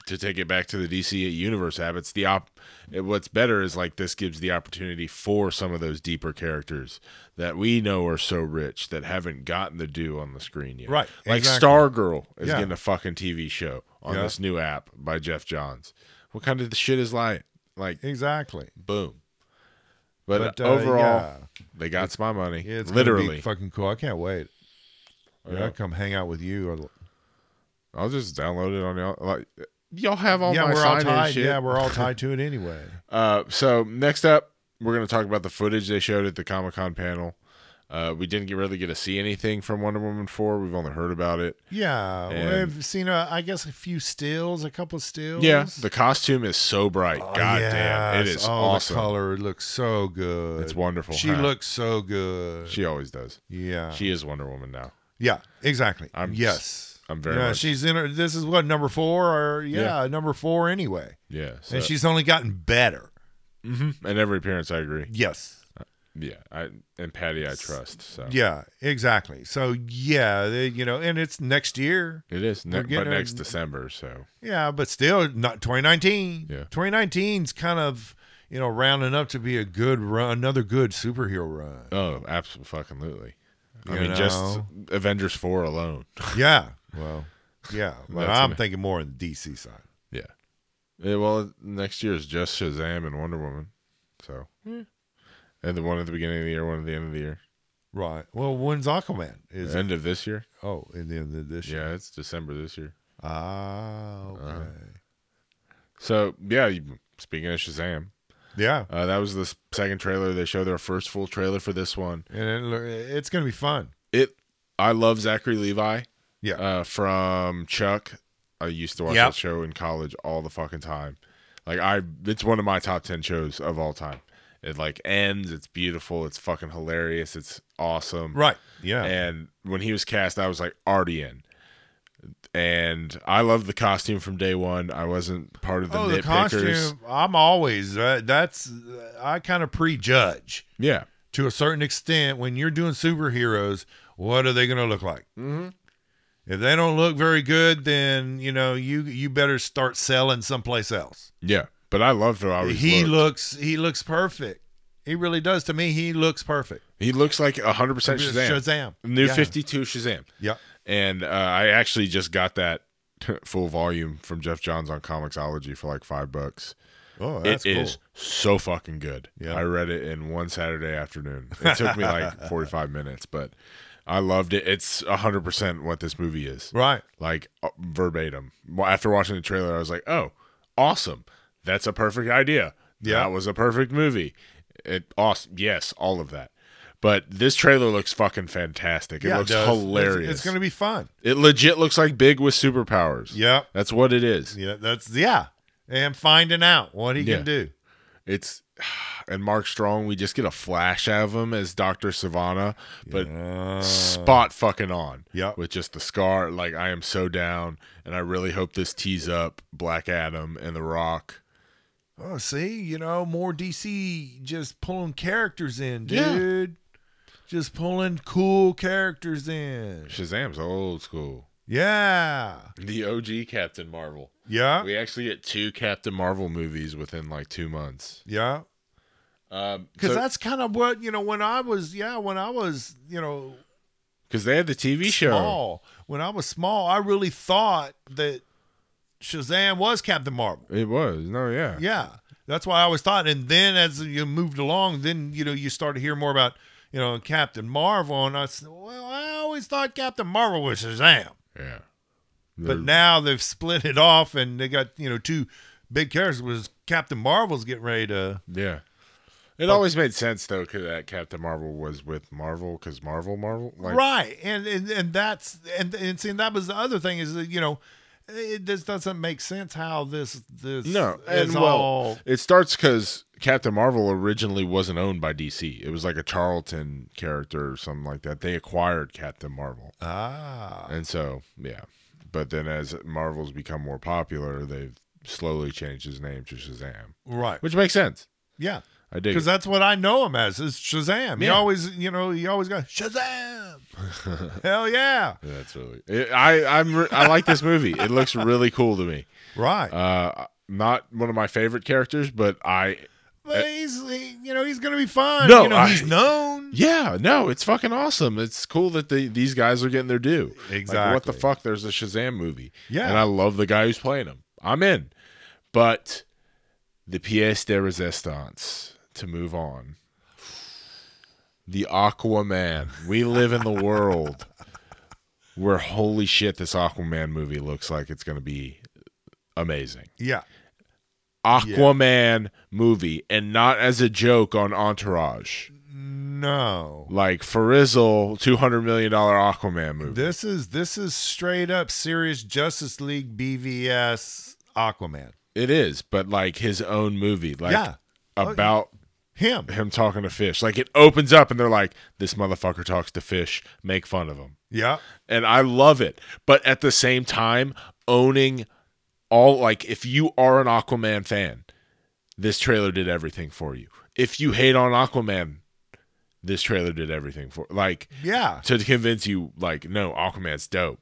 Speaker 2: to take it back to the DC universe habits, the op what's better is like this gives the opportunity for some of those deeper characters that we know are so rich that haven't gotten the due on the screen yet.
Speaker 1: Right,
Speaker 2: Like
Speaker 1: exactly.
Speaker 2: Stargirl is
Speaker 1: Yeah.
Speaker 2: getting a fucking TV show on
Speaker 1: Yeah.
Speaker 2: this new app by Jeff Johns. What kind of shit is like like
Speaker 1: Exactly.
Speaker 2: boom. But,
Speaker 1: But, uh,
Speaker 2: overall,
Speaker 1: yeah.
Speaker 2: they got my money.
Speaker 1: Yeah, it's gonna be
Speaker 2: literally.
Speaker 1: fucking cool. I can't wait. Yeah,
Speaker 2: Yeah.
Speaker 1: I'll come hang out with you. Or,
Speaker 2: I'll just download it on y'all. Like, y'all have all
Speaker 1: yeah,
Speaker 2: my
Speaker 1: we're all
Speaker 2: sign-in
Speaker 1: tied.
Speaker 2: shit.
Speaker 1: Yeah, we're all tied to it anyway.
Speaker 2: Uh, so next up, we're gonna talk about the footage they showed at the Comic Con panel. Uh, we didn't get, really get to see anything from Wonder Woman four. We've only heard about it.
Speaker 1: Yeah,
Speaker 2: And-
Speaker 1: we've seen, uh, I guess, a few stills, a couple of stills.
Speaker 2: Yeah, the costume is so bright.
Speaker 1: Oh,
Speaker 2: God damn, it
Speaker 1: yes.
Speaker 2: is
Speaker 1: oh,
Speaker 2: awesome.
Speaker 1: The color it looks so good.
Speaker 2: It's wonderful.
Speaker 1: She
Speaker 2: huh?
Speaker 1: looks so good.
Speaker 2: She always does.
Speaker 1: yeah.
Speaker 2: She is Wonder Woman now.
Speaker 1: yeah. Exactly.
Speaker 2: I'm s-
Speaker 1: yes.
Speaker 2: I'm very
Speaker 1: yeah,
Speaker 2: much-
Speaker 1: she's in her. This is what number four, or yeah, number four anyway.
Speaker 2: Yeah, so-
Speaker 1: And mm-hmm. she's only gotten better.
Speaker 2: Mhm. in every appearance. I agree.
Speaker 1: Yes.
Speaker 2: Yeah, I and Patty, I trust. So
Speaker 1: Yeah. Exactly. So yeah, they, you know, and it's next year.
Speaker 2: it is. Ne-
Speaker 1: We're
Speaker 2: but
Speaker 1: getting her-
Speaker 2: next December, so
Speaker 1: Yeah, but still not 2019.
Speaker 2: Yeah.
Speaker 1: 2019's kind of you know rounding up to be a good run, another good superhero run.
Speaker 2: oh, absolutely. I
Speaker 1: You
Speaker 2: mean, just
Speaker 1: know.
Speaker 2: Avengers four alone.
Speaker 1: yeah. Well. Yeah, but
Speaker 2: That's
Speaker 1: I'm
Speaker 2: ama-
Speaker 1: thinking more in the DC side.
Speaker 2: Yeah, well, next year is just Shazam and Wonder Woman, so and the one at the beginning of the year, one at the end of the year,
Speaker 1: Right. Well, when's Aquaman? Is it?
Speaker 2: end of this year.
Speaker 1: Oh, in the end of this year.
Speaker 2: Yeah, it's December this year.
Speaker 1: Ah. Okay.
Speaker 2: Uh-huh. So yeah, you, speaking of Shazam,
Speaker 1: yeah.
Speaker 2: uh, that was the s- second trailer. They showed their first full trailer for this one.
Speaker 1: And it, lo- it's gonna be fun.
Speaker 2: It, I love Zachary Levi.
Speaker 1: Yeah.
Speaker 2: uh, from Chuck. I used to watch
Speaker 1: Yep.
Speaker 2: that show in college all the fucking time. Like I, it's one of my top ten shows of all time. It like ends. It's beautiful. It's fucking hilarious. It's awesome.
Speaker 1: Right. Yeah.
Speaker 2: And when he was cast, I was like already in. And I loved the costume from day one. I wasn't part of the
Speaker 1: oh,
Speaker 2: nitpickers.
Speaker 1: the costume. I'm always uh, that's I kind of prejudge
Speaker 2: Yeah.
Speaker 1: to a certain extent when you're doing superheroes. What are they gonna look like?
Speaker 2: Mm-hmm.
Speaker 1: If they don't look very good, then you know you you better start selling someplace else.
Speaker 2: Yeah. But I loved how I was.
Speaker 1: he
Speaker 2: looked.
Speaker 1: looks he looks perfect. He really does. To me, he looks perfect.
Speaker 2: he looks like hundred percent Shazam.
Speaker 1: Shazam.
Speaker 2: New
Speaker 1: Yeah.
Speaker 2: Fifty Two Shazam.
Speaker 1: Yep.
Speaker 2: And uh, I actually just got that full volume from Jeff Johns on Comicsology for like five bucks.
Speaker 1: Oh,
Speaker 2: It is
Speaker 1: that's cool.
Speaker 2: so fucking good.
Speaker 1: Yeah.
Speaker 2: I read it in one Saturday afternoon. It took me like forty five minutes, but I loved it. It's hundred percent what this movie is
Speaker 1: Right.
Speaker 2: like uh, verbatim. Well, after watching the trailer, I was like, "Oh, awesome! That's a perfect idea.
Speaker 1: Yeah.
Speaker 2: That was a perfect movie. It awesome. Yes, all of that." But this trailer looks fucking fantastic. It
Speaker 1: yeah,
Speaker 2: looks
Speaker 1: does. It's-
Speaker 2: hilarious.
Speaker 1: It's, gonna be fun.
Speaker 2: It legit looks like Big with superpowers.
Speaker 1: Yep.
Speaker 2: That's what it is.
Speaker 1: Yeah. That's yeah. And finding out what he
Speaker 2: Yeah.
Speaker 1: can do.
Speaker 2: It's and Mark Strong, we just get a flash out of him as Dr. Savannah, but
Speaker 1: Yeah.
Speaker 2: spot fucking on.
Speaker 1: Yep.
Speaker 2: With just the scar. Like I am so down and I really hope this tees up Black Adam and The Rock.
Speaker 1: Oh, see, you know, more DC just pulling characters in,
Speaker 2: Yeah.
Speaker 1: dude. Just pulling cool characters in.
Speaker 2: Shazam's old school.
Speaker 1: Yeah.
Speaker 2: The OG Captain Marvel.
Speaker 1: Yeah.
Speaker 2: We actually get two Captain Marvel movies within like two months.
Speaker 1: Yeah.
Speaker 2: Um,
Speaker 1: Cuz
Speaker 2: so-
Speaker 1: that's kind of what, you know, when I was yeah, when I was, you know,
Speaker 2: 'cause they had the TV show.
Speaker 1: small, when I was small, I really thought that Shazam was Captain Marvel.
Speaker 2: It was. No, yeah.
Speaker 1: Yeah. That's why I always thought and then as you moved along, then you know, you start to hear more about, you know, Captain Marvel and I said, well, I always thought Captain Marvel was Shazam.
Speaker 2: Yeah.
Speaker 1: But now they've split it off, and they got you know two big characters. Was Captain Marvel's getting ready to?
Speaker 2: Yeah. It always made sense though, 'cause that Captain Marvel was with Marvel, because Marvel, Marvel, like,
Speaker 1: right, and, and and that's and and seeing that was the other thing is that you know it this doesn't make sense how this this
Speaker 2: No,
Speaker 1: is
Speaker 2: and well-
Speaker 1: all
Speaker 2: it starts because Captain Marvel originally wasn't owned by DC. It was like a Charlton character or something like that. They acquired Captain Marvel,
Speaker 1: ah
Speaker 2: and so yeah. But then as Marvel's become more popular, they've slowly changed his name to Shazam,
Speaker 1: right
Speaker 2: which makes sense.
Speaker 1: yeah
Speaker 2: I dig
Speaker 1: because
Speaker 2: it.
Speaker 1: that's what I know him as is Shazam. He
Speaker 2: Yeah.
Speaker 1: always you know he always got Shazam. Hell yeah.
Speaker 2: That's really. It, I I'm re- I like this movie. It looks really cool to me.
Speaker 1: Right.
Speaker 2: Uh, not one of my favorite characters, but I.
Speaker 1: but he's, he- you know, he's going to be fine.
Speaker 2: No,
Speaker 1: you know,
Speaker 2: I-
Speaker 1: he's known.
Speaker 2: Yeah, no, it's fucking awesome. It's cool that they, these guys are getting their due.
Speaker 1: Exactly.
Speaker 2: Like, what the fuck? There's a Shazam movie,
Speaker 1: Yeah.
Speaker 2: and I love the guy who's playing him. I'm in, but the pièce de résistance to move on. The Aquaman. We live in the world where holy shit, this Aquaman movie looks like it's going to be amazing.
Speaker 1: yeah.
Speaker 2: Aquaman movie, and not as a joke on Entourage
Speaker 1: No.
Speaker 2: like Farizel, two hundred million dollar Aquaman movie.
Speaker 1: This is this is straight up serious Justice League BVS Aquaman.
Speaker 2: It is, but like his own movie, like
Speaker 1: yeah.
Speaker 2: about
Speaker 1: Him.
Speaker 2: him talking to fish. Like it opens up and they're like, "This motherfucker talks to fish. Make fun of him."
Speaker 1: Yeah.
Speaker 2: And I love it, but at the same time, owning all like if you are an Aquaman fan, this trailer did everything for you. If you hate on Aquaman, this trailer did everything for like
Speaker 1: Yeah.
Speaker 2: to convince you like no aquaman's dope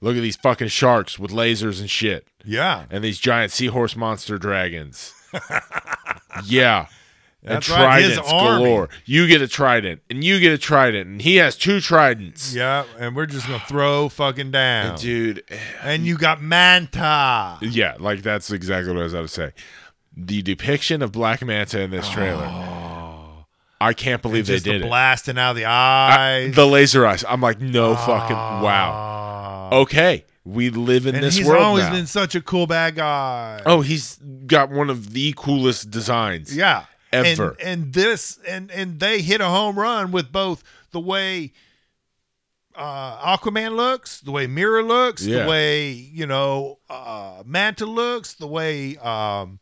Speaker 2: look at these fucking sharks with lasers and shit
Speaker 1: Yeah.
Speaker 2: and these giant seahorse monster dragons yeah
Speaker 1: That's
Speaker 2: and
Speaker 1: right, his
Speaker 2: tridents
Speaker 1: army.
Speaker 2: galore you get a trident and you get a trident and he has two tridents
Speaker 1: Yeah, and we're just gonna throw fucking down.
Speaker 2: dude
Speaker 1: And you got Manta.
Speaker 2: yeah like that's exactly what i was about to say the depiction of black manta in this trailer i can't believe they
Speaker 1: Oh. Just
Speaker 2: did
Speaker 1: the
Speaker 2: it
Speaker 1: blasting out of the eyes. Oh.
Speaker 2: the laser eyes i'm like no fucking wow
Speaker 1: wow.
Speaker 2: okay we live in
Speaker 1: Ah. and
Speaker 2: this
Speaker 1: he's
Speaker 2: world
Speaker 1: always
Speaker 2: now.
Speaker 1: been such a cool bad guy.
Speaker 2: Oh, he's got one of the coolest designs
Speaker 1: yeah.
Speaker 2: ever.
Speaker 1: And, and this and and they hit a home run with both the way uh, Aquaman looks, the way Mira looks,
Speaker 2: Yeah.
Speaker 1: the way you know uh, Manta looks, the way um,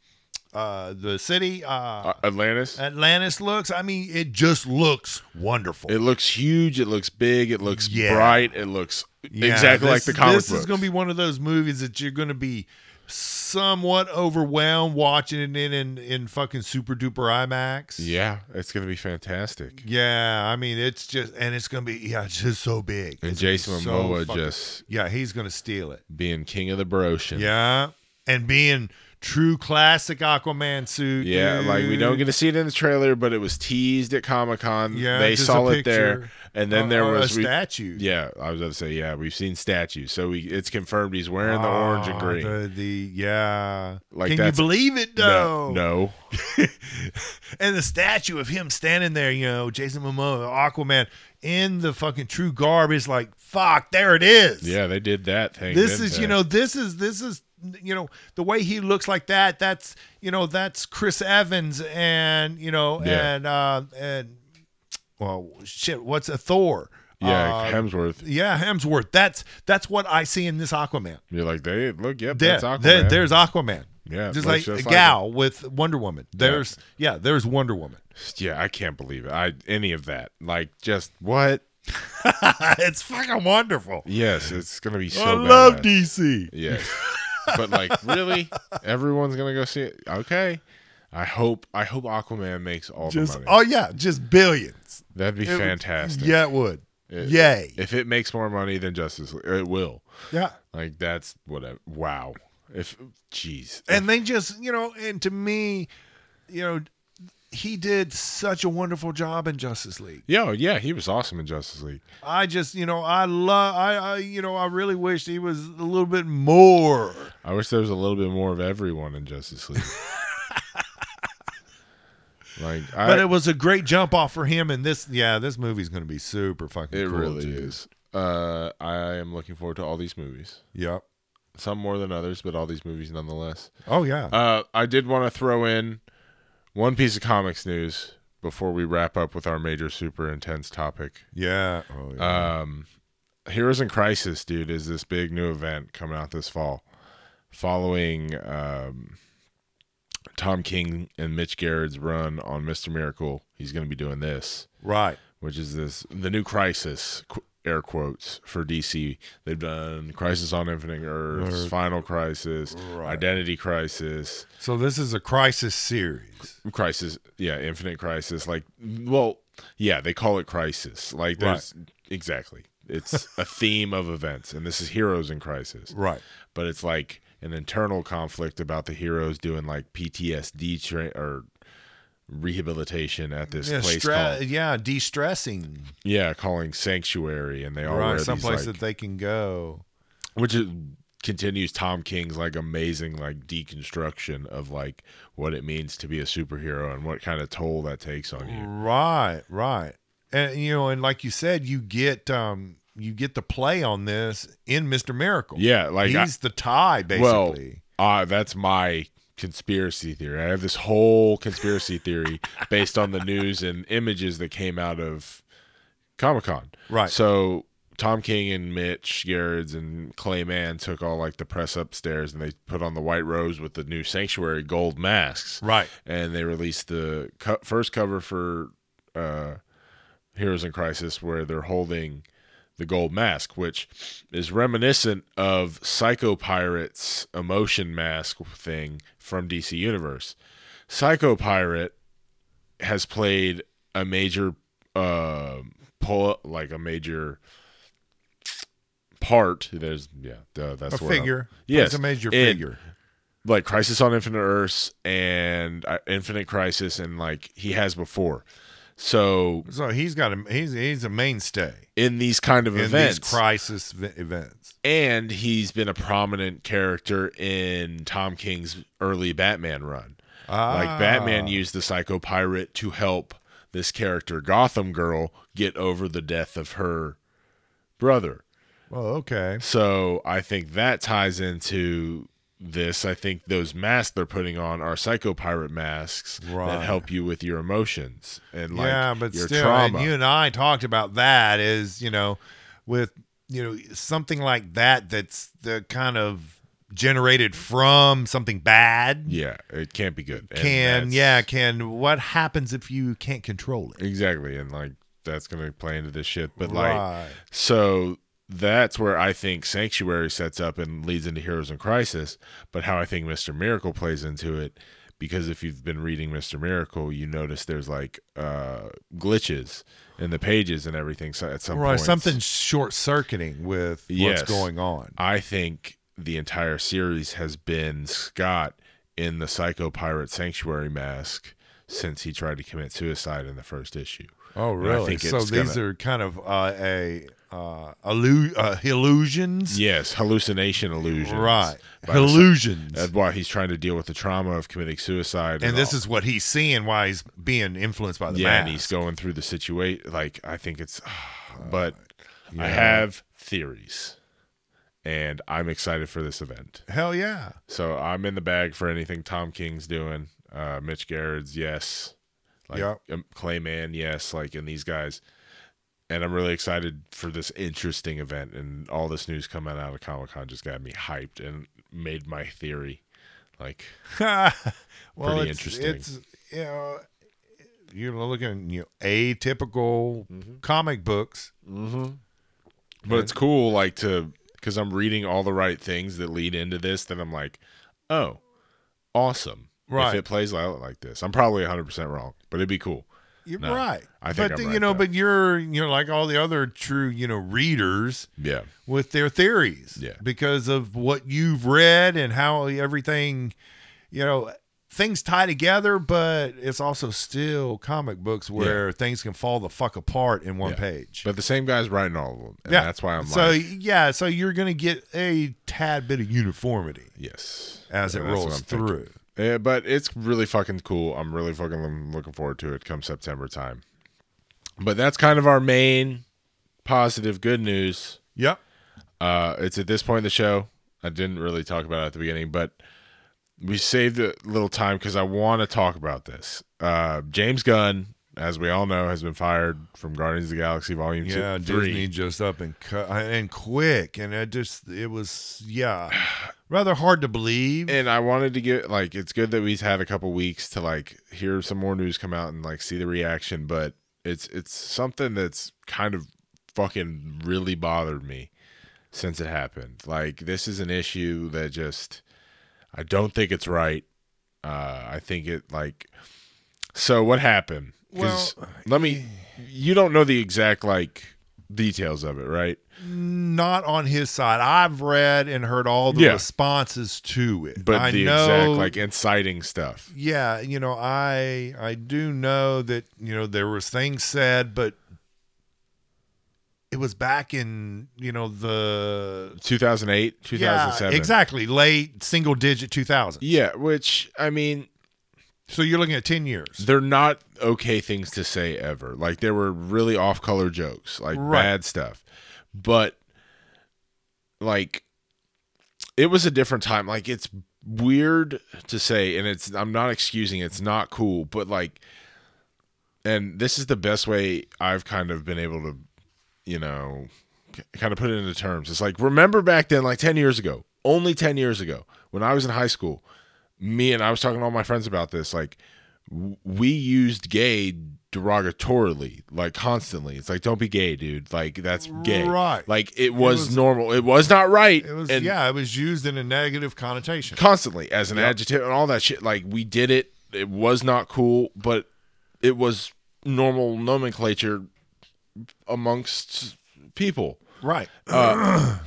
Speaker 1: uh, the city uh,
Speaker 2: Uh, Atlantis.
Speaker 1: Atlantis looks. I mean, it just looks wonderful.
Speaker 2: It looks huge. It looks big. It looks
Speaker 1: Yeah.
Speaker 2: bright. It looks
Speaker 1: Yeah,
Speaker 2: exactly like
Speaker 1: this-
Speaker 2: the comic
Speaker 1: This
Speaker 2: book.
Speaker 1: is going to be one of those movies that you're going to be somewhat overwhelmed watching it in in, in fucking super duper IMAX.
Speaker 2: yeah, it's gonna be fantastic.
Speaker 1: Yeah, I mean it's just and it's gonna be yeah, it's just so big.
Speaker 2: And
Speaker 1: It's gonna be
Speaker 2: Jason
Speaker 1: so
Speaker 2: Momoa
Speaker 1: fucking-
Speaker 2: just
Speaker 1: yeah, he's gonna steal it.
Speaker 2: being king of the brocean.
Speaker 1: Yeah, and being true classic Aquaman suit.
Speaker 2: Yeah, like we don't
Speaker 1: dude.
Speaker 2: get to see it in the trailer, but it was teased at Comic Con.
Speaker 1: Yeah,
Speaker 2: they
Speaker 1: just
Speaker 2: saw
Speaker 1: a
Speaker 2: it there,
Speaker 1: picture.
Speaker 2: and then
Speaker 1: Or-
Speaker 2: there
Speaker 1: or
Speaker 2: was
Speaker 1: Uh, a
Speaker 2: we-
Speaker 1: statue.
Speaker 2: yeah. I was about to say yeah, we've seen statues, so we it's confirmed he's wearing the orange and
Speaker 1: Ah,
Speaker 2: green.
Speaker 1: The, the- yeah.
Speaker 2: Like
Speaker 1: Can you
Speaker 2: that's-
Speaker 1: believe it
Speaker 2: no,
Speaker 1: though?
Speaker 2: no,
Speaker 1: And the statue of him standing there, you know, Jason Momoa, Aquaman, in the fucking true garb is like, fuck, there it is.
Speaker 2: yeah, they did that thing.
Speaker 1: This
Speaker 2: didn't
Speaker 1: is,
Speaker 2: they?
Speaker 1: you know, this is, this is, you know, the way he looks like that, that's, you know, that's Chris Evans and, you know,
Speaker 2: Yeah.
Speaker 1: and, uh, and, well, shit, what's a Thor?
Speaker 2: Yeah,
Speaker 1: Uh,
Speaker 2: Hemsworth.
Speaker 1: yeah, Hemsworth. That's, that's what I see in this Aquaman.
Speaker 2: You're like, they look, yep,
Speaker 1: There,
Speaker 2: that's Aquaman.
Speaker 1: there- there's Aquaman.
Speaker 2: yeah,
Speaker 1: Just like
Speaker 2: looks
Speaker 1: a
Speaker 2: him.
Speaker 1: gal with Wonder Woman. There's, yeah, there's Wonder Woman.
Speaker 2: Yeah, I can't believe it. I any of that. Like, just what?
Speaker 1: it's fucking wonderful.
Speaker 2: Yes, it's gonna be so.
Speaker 1: I love
Speaker 2: badass.
Speaker 1: DC.
Speaker 2: Yes, but like, really, everyone's gonna go see it. Okay, I hope. I hope Aquaman makes all
Speaker 1: Just
Speaker 2: the money.
Speaker 1: oh yeah, just billions.
Speaker 2: That'd be
Speaker 1: It would-
Speaker 2: fantastic.
Speaker 1: Yeah, it would.
Speaker 2: It-
Speaker 1: Yay.
Speaker 2: If it makes more money than Justice, League, it will.
Speaker 1: yeah.
Speaker 2: Like that's whatever. Wow. If jeez.
Speaker 1: And they just, you know, and to me, you know, he did such a wonderful job in Justice League.
Speaker 2: Yo, yeah, he was awesome in Justice League.
Speaker 1: I just, you know, I love I, I you know, I really wish he was a little bit more.
Speaker 2: I wish there was a little bit more of everyone in Justice League. like, I,
Speaker 1: But
Speaker 2: it,
Speaker 1: it was a great jump off for him and this yeah, this movie's going to be super fucking cool.
Speaker 2: really
Speaker 1: dude.
Speaker 2: is. Uh, I am looking forward to all these movies.
Speaker 1: Yep.
Speaker 2: Some more than others, but all these movies nonetheless.
Speaker 1: Oh yeah.
Speaker 2: Uh, I did want to throw in one piece of comics news before we wrap up with our major, super intense topic.
Speaker 1: yeah. Oh yeah.
Speaker 2: Um, Heroes in Crisis, dude, is this big new event coming out this fall, following um, Tom King and Mitch Garrett's run on Mister Miracle. He's going to be doing this,
Speaker 1: right.
Speaker 2: which is this the new Crisis qu- air quotes for DC. They've done Crisis on Infinite Earths,
Speaker 1: Earth.
Speaker 2: Final Crisis,
Speaker 1: Right.
Speaker 2: Identity Crisis.
Speaker 1: So this is a crisis series.
Speaker 2: crisis yeah infinite crisis like well yeah they call it crisis like
Speaker 1: Right.
Speaker 2: there's exactly. It's a theme of events, and this is heroes in crisis.
Speaker 1: Right.
Speaker 2: But it's like an internal conflict about the heroes doing like PTSD tra- or rehabilitation at this
Speaker 1: yeah,
Speaker 2: place
Speaker 1: stra-
Speaker 2: called
Speaker 1: yeah, de-stressing.
Speaker 2: yeah, calling sanctuary, and they all
Speaker 1: Right,
Speaker 2: wear these,
Speaker 1: someplace
Speaker 2: like-
Speaker 1: that they can go.
Speaker 2: which is, continues Tom King's like amazing like deconstruction of like what it means to be a superhero and what kind of toll that takes on you.
Speaker 1: Right, right. And you know, and like you said, you get um you get the play on this in Mr. Miracle.
Speaker 2: Yeah, like I,
Speaker 1: He's the tie
Speaker 2: Well,
Speaker 1: basically.
Speaker 2: uh, that's my conspiracy theory. I have this whole conspiracy theory based on the news and images that came out of Comic Con.
Speaker 1: right.
Speaker 2: So Tom King and Mitch Gerrards and Clay Mann took all like the press upstairs and they put on the white robes with the new Sanctuary gold masks.
Speaker 1: right.
Speaker 2: and they released the co- first cover for uh, Heroes in Crisis, where they're holding the gold mask, which is reminiscent of Psycho Pirate's emotion mask thing from DC Universe. Psycho Pirate has played a major uh, pull, like a major part. There's yeah, duh, that's
Speaker 1: A
Speaker 2: the word I'm-
Speaker 1: figure.
Speaker 2: Yes,
Speaker 1: It's a major
Speaker 2: in-
Speaker 1: figure.
Speaker 2: like Crisis on Infinite Earths and uh, Infinite Crisis, and like he has before. So
Speaker 1: So he's got a he's he's a mainstay
Speaker 2: in these kind of
Speaker 1: in
Speaker 2: events,
Speaker 1: these crisis v- events.
Speaker 2: and he's been a prominent character in Tom King's early Batman run. Like Batman
Speaker 1: Ah.
Speaker 2: used the Psycho Pirate to help this character Gotham Girl get over the death of her brother.
Speaker 1: Ah, Well, okay.
Speaker 2: So I think that ties into this. I think those masks they're putting on are psycho pirate masks
Speaker 1: Right.
Speaker 2: that help you with your emotions and like
Speaker 1: yeah, but
Speaker 2: your
Speaker 1: still,
Speaker 2: trauma.
Speaker 1: and you and I talked about that. Is you know, with you know something like that that's the kind of generated from something bad.
Speaker 2: yeah, it can't be good. And
Speaker 1: can
Speaker 2: that's-
Speaker 1: yeah can what happens if you can't control it
Speaker 2: exactly, and like that's gonna play into this shit. But like,
Speaker 1: right.
Speaker 2: so that's where I think Sanctuary sets up and leads into Heroes in Crisis. But how I think Mister Miracle plays into it. Because if you've been reading Mr. Miracle, you notice there's like uh, glitches in the pages and everything. So at some
Speaker 1: right
Speaker 2: point,
Speaker 1: something's short circuiting with
Speaker 2: Yes.
Speaker 1: what's going on
Speaker 2: I think the entire series has been Scott in the Psycho Pirate Sanctuary mask since he tried to commit suicide in the first issue.
Speaker 1: oh
Speaker 2: And I really? think
Speaker 1: so
Speaker 2: it's
Speaker 1: these
Speaker 2: gonna-
Speaker 1: are kind of uh, a uh, illu- uh illusions
Speaker 2: Yes, hallucination illusions.
Speaker 1: right
Speaker 2: By the s-
Speaker 1: illusions
Speaker 2: That's why he's trying to deal with the trauma of committing suicide.
Speaker 1: and this
Speaker 2: all-
Speaker 1: is what he's seeing why he's being influenced by the
Speaker 2: yeah,
Speaker 1: mask Uh,
Speaker 2: and he's going through the situation. Like I think it's, but I
Speaker 1: Yeah.
Speaker 2: have theories, and I'm excited for this event.
Speaker 1: hell yeah
Speaker 2: So I'm in the bag for anything Tom King's doing. Uh, Mitch Garrett's, yes. Like
Speaker 1: Yep.
Speaker 2: um, Clayman, yes. Like and these guys, and I'm really excited for this interesting event and all this news coming out of Comic Con just got me hyped and made my theory. Like
Speaker 1: well,
Speaker 2: Pretty
Speaker 1: it's,
Speaker 2: interesting.
Speaker 1: It's you know, you're looking you know atypical comic books.
Speaker 2: Mm-hmm. But it's cool, like to because I'm reading all the right things that lead into this. Then I'm like, oh, awesome! If
Speaker 1: Right.
Speaker 2: it plays out like this, I'm probably 100 percent wrong, but it'd be cool.
Speaker 1: You're
Speaker 2: No,
Speaker 1: right.
Speaker 2: I think
Speaker 1: but
Speaker 2: I'm
Speaker 1: you
Speaker 2: right,
Speaker 1: know,
Speaker 2: though.
Speaker 1: but you're you know like all the other true you know readers
Speaker 2: Yeah,
Speaker 1: with their theories,
Speaker 2: Yeah.
Speaker 1: because of what you've read and how everything, you know, things tie together. But it's also still comic books where things can fall the fuck apart in one
Speaker 2: Yeah.
Speaker 1: page.
Speaker 2: but the same guy's writing all of them, and
Speaker 1: Yeah.
Speaker 2: that's why I'm
Speaker 1: so
Speaker 2: like,
Speaker 1: yeah, so you're gonna get a tad bit of uniformity.
Speaker 2: Yes.
Speaker 1: as
Speaker 2: Yeah, that's what
Speaker 1: it rolls
Speaker 2: I'm thinking.
Speaker 1: through.
Speaker 2: Yeah, but it's really fucking cool. I'm really fucking lo- looking forward to it come September time. But that's kind of our main positive good news.
Speaker 1: Yep.
Speaker 2: Uh, it's at this point in the show. I didn't really talk about it at the beginning, but we saved a little time because I want to talk about this. Uh, James Gunn, as we all know, has been fired from Guardians of the Galaxy Volume Two.
Speaker 1: Yeah,
Speaker 2: three.
Speaker 1: Disney just up and cut and quick, and it just it was yeah, rather hard to believe.
Speaker 2: and I wanted to get like it's good that we've had a couple weeks to like hear some more news come out and like see the reaction, but it's it's something that's kind of fucking really bothered me since it happened. Like this is an issue that just I don't think it's right. Uh I think it like so what happened?
Speaker 1: well,
Speaker 2: 'Cause let me you don't know the exact like details of it, right?
Speaker 1: Not on his side. I've read and heard all the
Speaker 2: Yeah.
Speaker 1: responses to it.
Speaker 2: But
Speaker 1: I
Speaker 2: the
Speaker 1: know,
Speaker 2: exact like inciting stuff.
Speaker 1: yeah, you know, I I do know that you know there was things said, but it was back in you know the
Speaker 2: 2008, 2007.
Speaker 1: yeah, exactly late single digit two thousand.
Speaker 2: Yeah, which I mean,
Speaker 1: So you're looking at ten years.
Speaker 2: they're not okay things to say ever. Like there were really off-color jokes, like
Speaker 1: Right.
Speaker 2: bad stuff. But like it was a different time. Like it's weird to say and it's I'm not excusing it's not cool, but like and this is the best way I've kind of been able to, you know, k- kind of put it into terms. It's like remember back then like 10 years ago, only 10 years ago when I was in high school, me and I was talking to all my friends about this like w- we used gay derogatorily like constantly it's like don't be gay dude like that's gay
Speaker 1: Right.
Speaker 2: like it was,
Speaker 1: was-
Speaker 2: normal it was not right
Speaker 1: It was
Speaker 2: and
Speaker 1: yeah, it was used in a negative connotation.
Speaker 2: constantly as an
Speaker 1: Yep.
Speaker 2: adjective and all that shit like we did it it was not cool but it was normal nomenclature amongst people
Speaker 1: Right.
Speaker 2: Uh,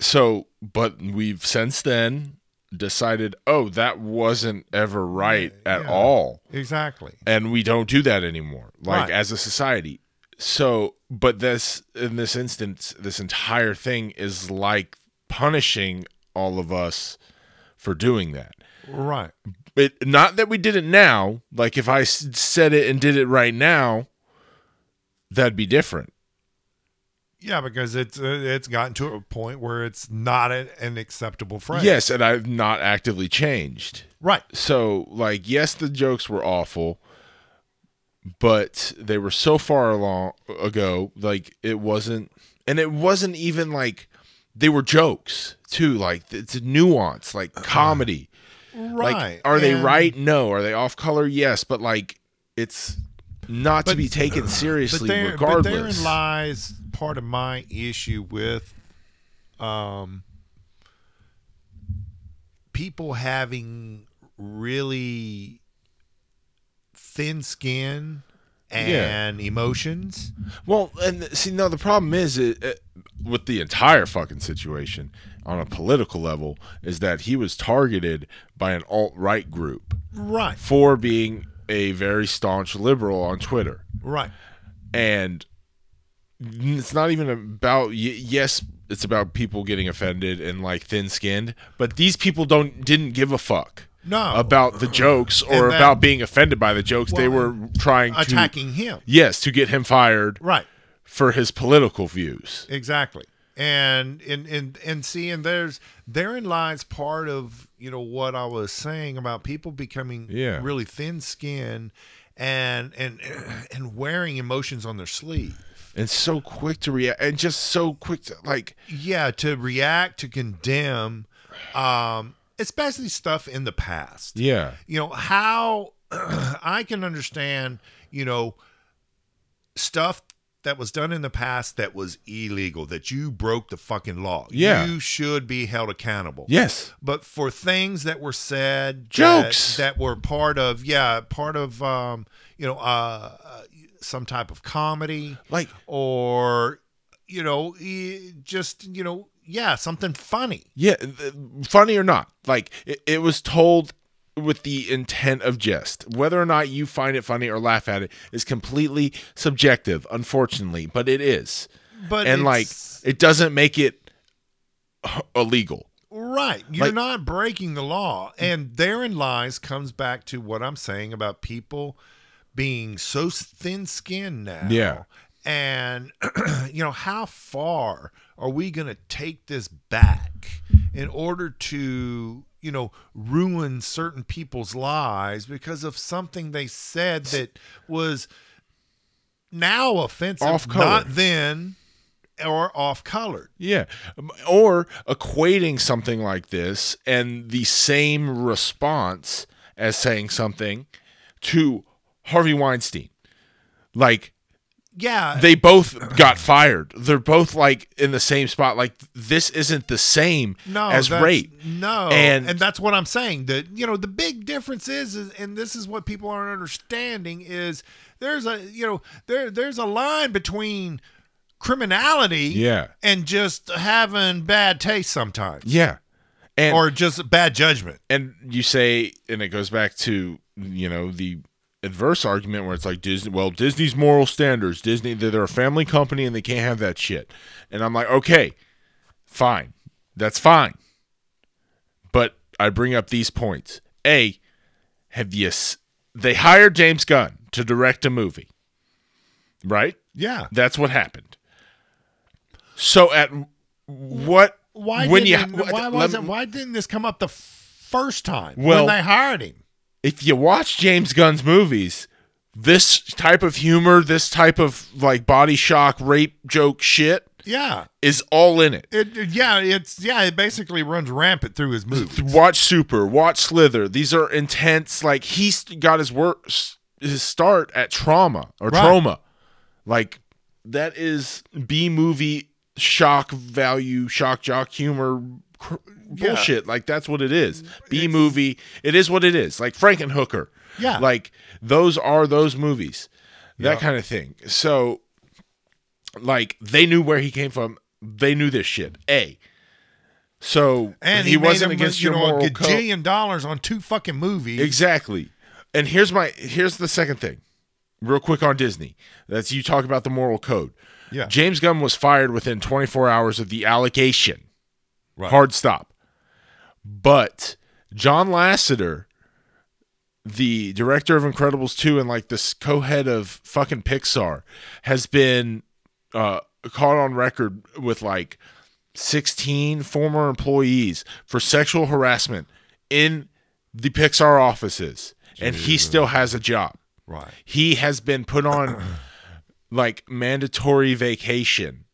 Speaker 2: so but we've since then decided oh that wasn't ever right at
Speaker 1: Yeah.
Speaker 2: all
Speaker 1: exactly.
Speaker 2: and we don't do that anymore like
Speaker 1: Right.
Speaker 2: as a society so but this in this instance this entire thing is like punishing all of us for doing that
Speaker 1: Right.
Speaker 2: it not that we did it now like if i s- said it and did it right now that'd be different
Speaker 1: Yeah, because it's uh, it's gotten to a point where it's not an, an acceptable phrase.
Speaker 2: yes and i've not actively changed
Speaker 1: Right.
Speaker 2: so like yes the jokes were awful but they were so far along ago like it wasn't and it wasn't even like they were jokes too like it's nuance like comedy
Speaker 1: Right.
Speaker 2: like are they
Speaker 1: And-
Speaker 2: right no are they off color yes but like it's not to
Speaker 1: But-
Speaker 2: be taken seriously
Speaker 1: But, there, but
Speaker 2: regardless
Speaker 1: therein lies part of my issue with um, people having really thin skin
Speaker 2: Yeah.
Speaker 1: and emotions.
Speaker 2: Well, and th- see, no, the problem is it, it, with the entire fucking situation on a political level is that he was targeted by an alt right group
Speaker 1: Right.
Speaker 2: for being a very staunch liberal on Twitter.
Speaker 1: Right.
Speaker 2: And n- it's not even about, y- yes, it's about people getting offended and like thin skinned, but these people don't didn't give a fuck.
Speaker 1: No.
Speaker 2: About the jokes or
Speaker 1: Oh. And that-
Speaker 2: about being offended by the jokes, they
Speaker 1: Well,
Speaker 2: were trying to
Speaker 1: attacking him.
Speaker 2: yes to get him fired
Speaker 1: Right.
Speaker 2: for his political views.
Speaker 1: Exactly. And and and and see, and there's therein lies part of you know what I was saying about people becoming
Speaker 2: Yeah.
Speaker 1: really thin skinned and and and wearing emotions on their sleeve.
Speaker 2: and so quick to react and just so quick to like
Speaker 1: Yeah, to react, to condemn, um, especially stuff in the past.
Speaker 2: yeah
Speaker 1: you know how i can understand you know stuff that was done in the past that was illegal that you broke the fucking law
Speaker 2: Yeah.
Speaker 1: you should be held accountable
Speaker 2: yes
Speaker 1: but for things that were said that-
Speaker 2: Jokes.
Speaker 1: that, were part of yeah part of um you know uh uh, some type of comedy
Speaker 2: like
Speaker 1: or you know e- just you know yeah something funny
Speaker 2: yeah th- funny or not like it, it was told with the intent of jest whether or not you find it funny or laugh at it is completely subjective unfortunately but it is
Speaker 1: but
Speaker 2: and like
Speaker 1: it's-
Speaker 2: it doesn't make it h- illegal
Speaker 1: Right. You're
Speaker 2: Like-
Speaker 1: not breaking the law. And therein lies comes back to what I'm saying about people being so thin skinned now.
Speaker 2: Yeah.
Speaker 1: And, you know, how far are we going to take this back in order to, you know, ruin certain people's lives because of something they said that was now offensive,
Speaker 2: Off color.
Speaker 1: not then, or off colored?
Speaker 2: Yeah. Um, Or equating something like this and the same response as saying something to Harvey Weinstein. Like
Speaker 1: Yeah.
Speaker 2: they both got fired. They're both like in the same spot. Like this isn't the same
Speaker 1: no,
Speaker 2: as
Speaker 1: that's-
Speaker 2: rape.
Speaker 1: No,
Speaker 2: And-
Speaker 1: and that's what I'm saying. That you know the big difference is, is, and this is what people aren't understanding is there's a you know there there's a line between criminality
Speaker 2: Yeah.
Speaker 1: and just having bad taste sometimes
Speaker 2: Yeah. And
Speaker 1: or just bad judgment.
Speaker 2: and you say and it goes back to, you know, the adverse argument where it's like Disney well, Disney's moral standards, Disney they're, they're a family company and they can't have that shit. And I'm like, "Okay. Fine. That's fine." But I bring up these points. A, have you s- they hired James Gunn to direct a movie. Right?
Speaker 1: Yeah.
Speaker 2: That's what happened. So at what
Speaker 1: Why
Speaker 2: When you-
Speaker 1: didn't why
Speaker 2: let
Speaker 1: wasn't
Speaker 2: me-
Speaker 1: why didn't this come up the f- first time
Speaker 2: Well-
Speaker 1: when they hired him?
Speaker 2: if you watch James Gunn's movies, this type of humor, this type of like body shock, rape joke shit
Speaker 1: Yeah.
Speaker 2: is all in it.
Speaker 1: It, it- yeah, it's yeah, it basically runs rampant through his movies.
Speaker 2: Watch Super, watch Slither. These are intense. Like he's got his work, his start at trauma or
Speaker 1: Right.
Speaker 2: trauma. Like that is B movie shock value, shock jock humor cr-
Speaker 1: Yeah.
Speaker 2: bullshit. Like that's what it is. B movie. It is what it is. Like Frankenhooker.
Speaker 1: Yeah.
Speaker 2: Like those are those movies. That
Speaker 1: Yeah.
Speaker 2: kind of thing. So like they knew where he came from. They knew this shit. A. So
Speaker 1: and he,
Speaker 2: he, wasn't
Speaker 1: made him,
Speaker 2: against
Speaker 1: you
Speaker 2: your
Speaker 1: know,
Speaker 2: moral
Speaker 1: a
Speaker 2: code.
Speaker 1: gajillion dollars on two fucking movies.
Speaker 2: Exactly. And here's my here's the second thing. Real quick on Disney. That's you talk about the moral code.
Speaker 1: yeah.
Speaker 2: James Gunn was fired within 24 hours of the allegation.
Speaker 1: Right.
Speaker 2: Hard stop. But John Lasseter, the director of Incredibles 2 and like this co head of fucking Pixar, has been uh, caught on record with like 16 former employees for sexual harassment in the Pixar offices. And he
Speaker 1: Jesus.
Speaker 2: still has a job
Speaker 1: Right.
Speaker 2: he has been put on like mandatory vacation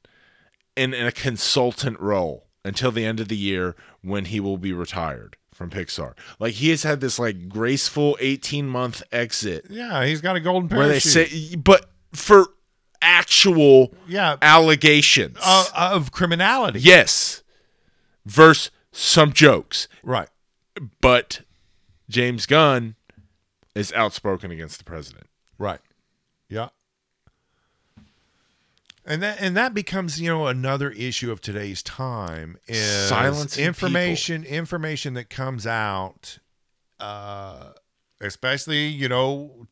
Speaker 2: in, in a consultant role until the end of the year when he will be retired from Pixar. Like he has had this like graceful 18 month exit
Speaker 1: Yeah, he's got a golden parachute.
Speaker 2: where they say but for actual
Speaker 1: yeah,
Speaker 2: allegations.
Speaker 1: uh, of criminality.
Speaker 2: yes. Verse some jokes.
Speaker 1: Right.
Speaker 2: But James Gunn is outspoken against the president.
Speaker 1: Right. Yeah. And that and that becomes you know another issue of today's time is
Speaker 2: Silencing
Speaker 1: information information that comes out, uh, especially you know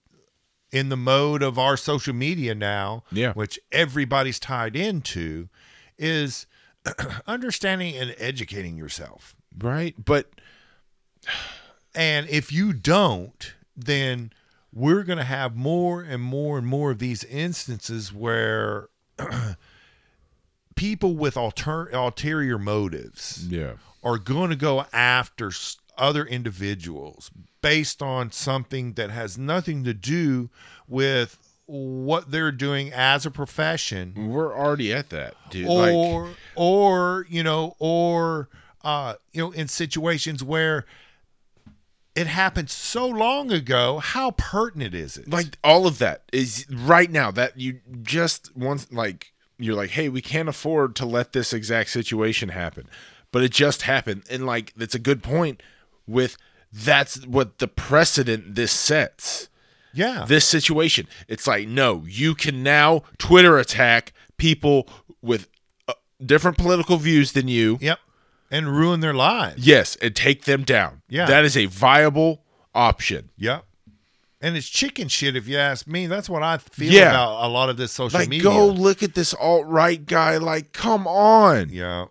Speaker 1: in the mode of our social media now,
Speaker 2: Yeah.
Speaker 1: which everybody's tied into, is understanding and educating yourself.
Speaker 2: Right? But
Speaker 1: And if you don't, then we're going to have more and more and more of these instances where people with alter- ulterior motives
Speaker 2: yeah.
Speaker 1: are going to go after s- other individuals based on something that has nothing to do with what they're doing as a profession
Speaker 2: We're already at that, dude. like,
Speaker 1: or or you know or uh you know in situations where it happened so long ago how pertinent is it
Speaker 2: like all of that is right now. That you just once like you're like, hey, we can't afford to let this exact situation happen, but it just happened, and like that's a good point. With that's what the precedent this sets.
Speaker 1: yeah
Speaker 2: This situation, it's like no, you can now Twitter attack people with uh, different political views than you.
Speaker 1: yep and ruin their lives
Speaker 2: Yes, and take them down.
Speaker 1: Yeah.
Speaker 2: that is a viable option.
Speaker 1: yep and it's chicken shit if you ask me that's what i feel
Speaker 2: Yeah.
Speaker 1: about a lot of this social
Speaker 2: Like,
Speaker 1: media
Speaker 2: go look at this alt right guy. Like, come on.
Speaker 1: yeah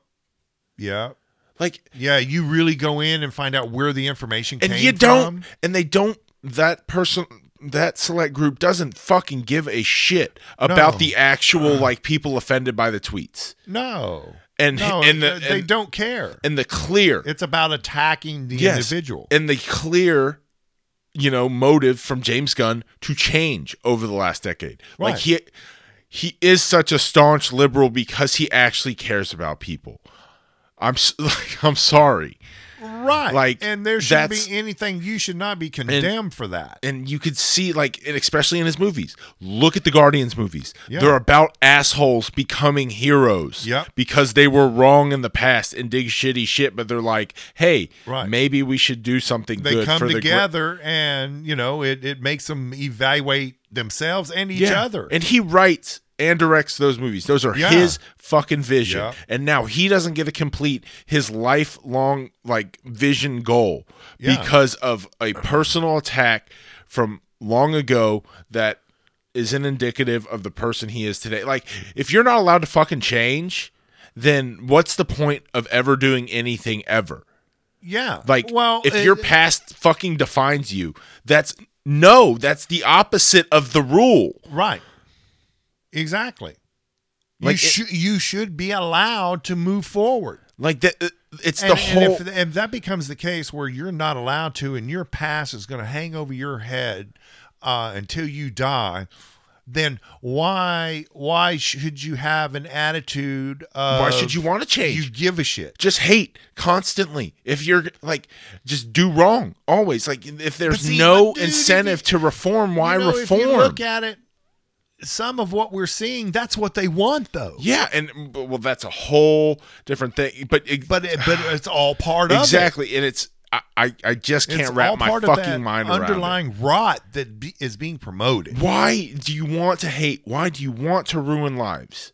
Speaker 1: yeah
Speaker 2: Like,
Speaker 1: yeah you really go in and find out where the information
Speaker 2: and
Speaker 1: came
Speaker 2: you don't,
Speaker 1: from.
Speaker 2: and they don't, that person, that select group doesn't fucking give a shit about
Speaker 1: No.
Speaker 2: the actual, like, people offended by the tweets.
Speaker 1: no
Speaker 2: And,
Speaker 1: no
Speaker 2: and, the,
Speaker 1: they
Speaker 2: and,
Speaker 1: don't care
Speaker 2: and the clear,
Speaker 1: it's about attacking the
Speaker 2: Yes.
Speaker 1: individual
Speaker 2: and the clear, you know, motive from James Gunn to change over the last decade. Like,
Speaker 1: Right.
Speaker 2: he, he is such a staunch liberal because he actually cares about people. I'm s- like, I'm sorry.
Speaker 1: Right.
Speaker 2: Like,
Speaker 1: and there shouldn't
Speaker 2: that's-
Speaker 1: be anything you should not be condemned for that.
Speaker 2: and you could see like and especially in his movies look at the guardians movies
Speaker 1: Yeah.
Speaker 2: they're about assholes becoming heroes
Speaker 1: Yep.
Speaker 2: because they were wrong in the past and did shitty shit but they're like hey
Speaker 1: Right.
Speaker 2: maybe we should do something
Speaker 1: They
Speaker 2: good
Speaker 1: come
Speaker 2: for the gr-
Speaker 1: together and, you know, it, it makes them evaluate themselves and each
Speaker 2: Yeah.
Speaker 1: other.
Speaker 2: And he writes and directs those movies. Those are
Speaker 1: Yeah.
Speaker 2: his fucking vision.
Speaker 1: Yeah.
Speaker 2: And now he doesn't get to complete his lifelong like vision goal
Speaker 1: Yeah.
Speaker 2: because of a personal attack from long ago that isn't indicative of the person he is today. Like if you're not allowed to fucking change, then what's the point of ever doing anything ever?
Speaker 1: yeah.
Speaker 2: Like,
Speaker 1: well,
Speaker 2: if
Speaker 1: it-
Speaker 2: your past fucking defines you, that's no, that's the opposite of the rule.
Speaker 1: right, exactly.
Speaker 2: Like, it-
Speaker 1: you should you should be allowed to move forward.
Speaker 2: Like that, it- it's
Speaker 1: And,
Speaker 2: the
Speaker 1: and
Speaker 2: whole.
Speaker 1: if, if that becomes the case where you're not allowed to, and your past is going to hang over your head uh, until you die, then why why should you have an attitude? Of,
Speaker 2: why should you want to change?
Speaker 1: You give a shit.
Speaker 2: just hate constantly. If you're like, just do wrong always. Like if there's
Speaker 1: see,
Speaker 2: no
Speaker 1: but dude, if
Speaker 2: incentive to reform, why
Speaker 1: You know, If
Speaker 2: reform?
Speaker 1: you look at it, some of what we're seeing, that's what they want, though.
Speaker 2: yeah, and but- well, that's a whole different thing. But it,
Speaker 1: But it, but it's all part of it.
Speaker 2: exactly, and it's I I, I just can't
Speaker 1: It's all
Speaker 2: wrap my
Speaker 1: part of that
Speaker 2: fucking mind around. it.
Speaker 1: underlying rot that be, is being promoted.
Speaker 2: Why do you want to hate? Why do you want to ruin lives?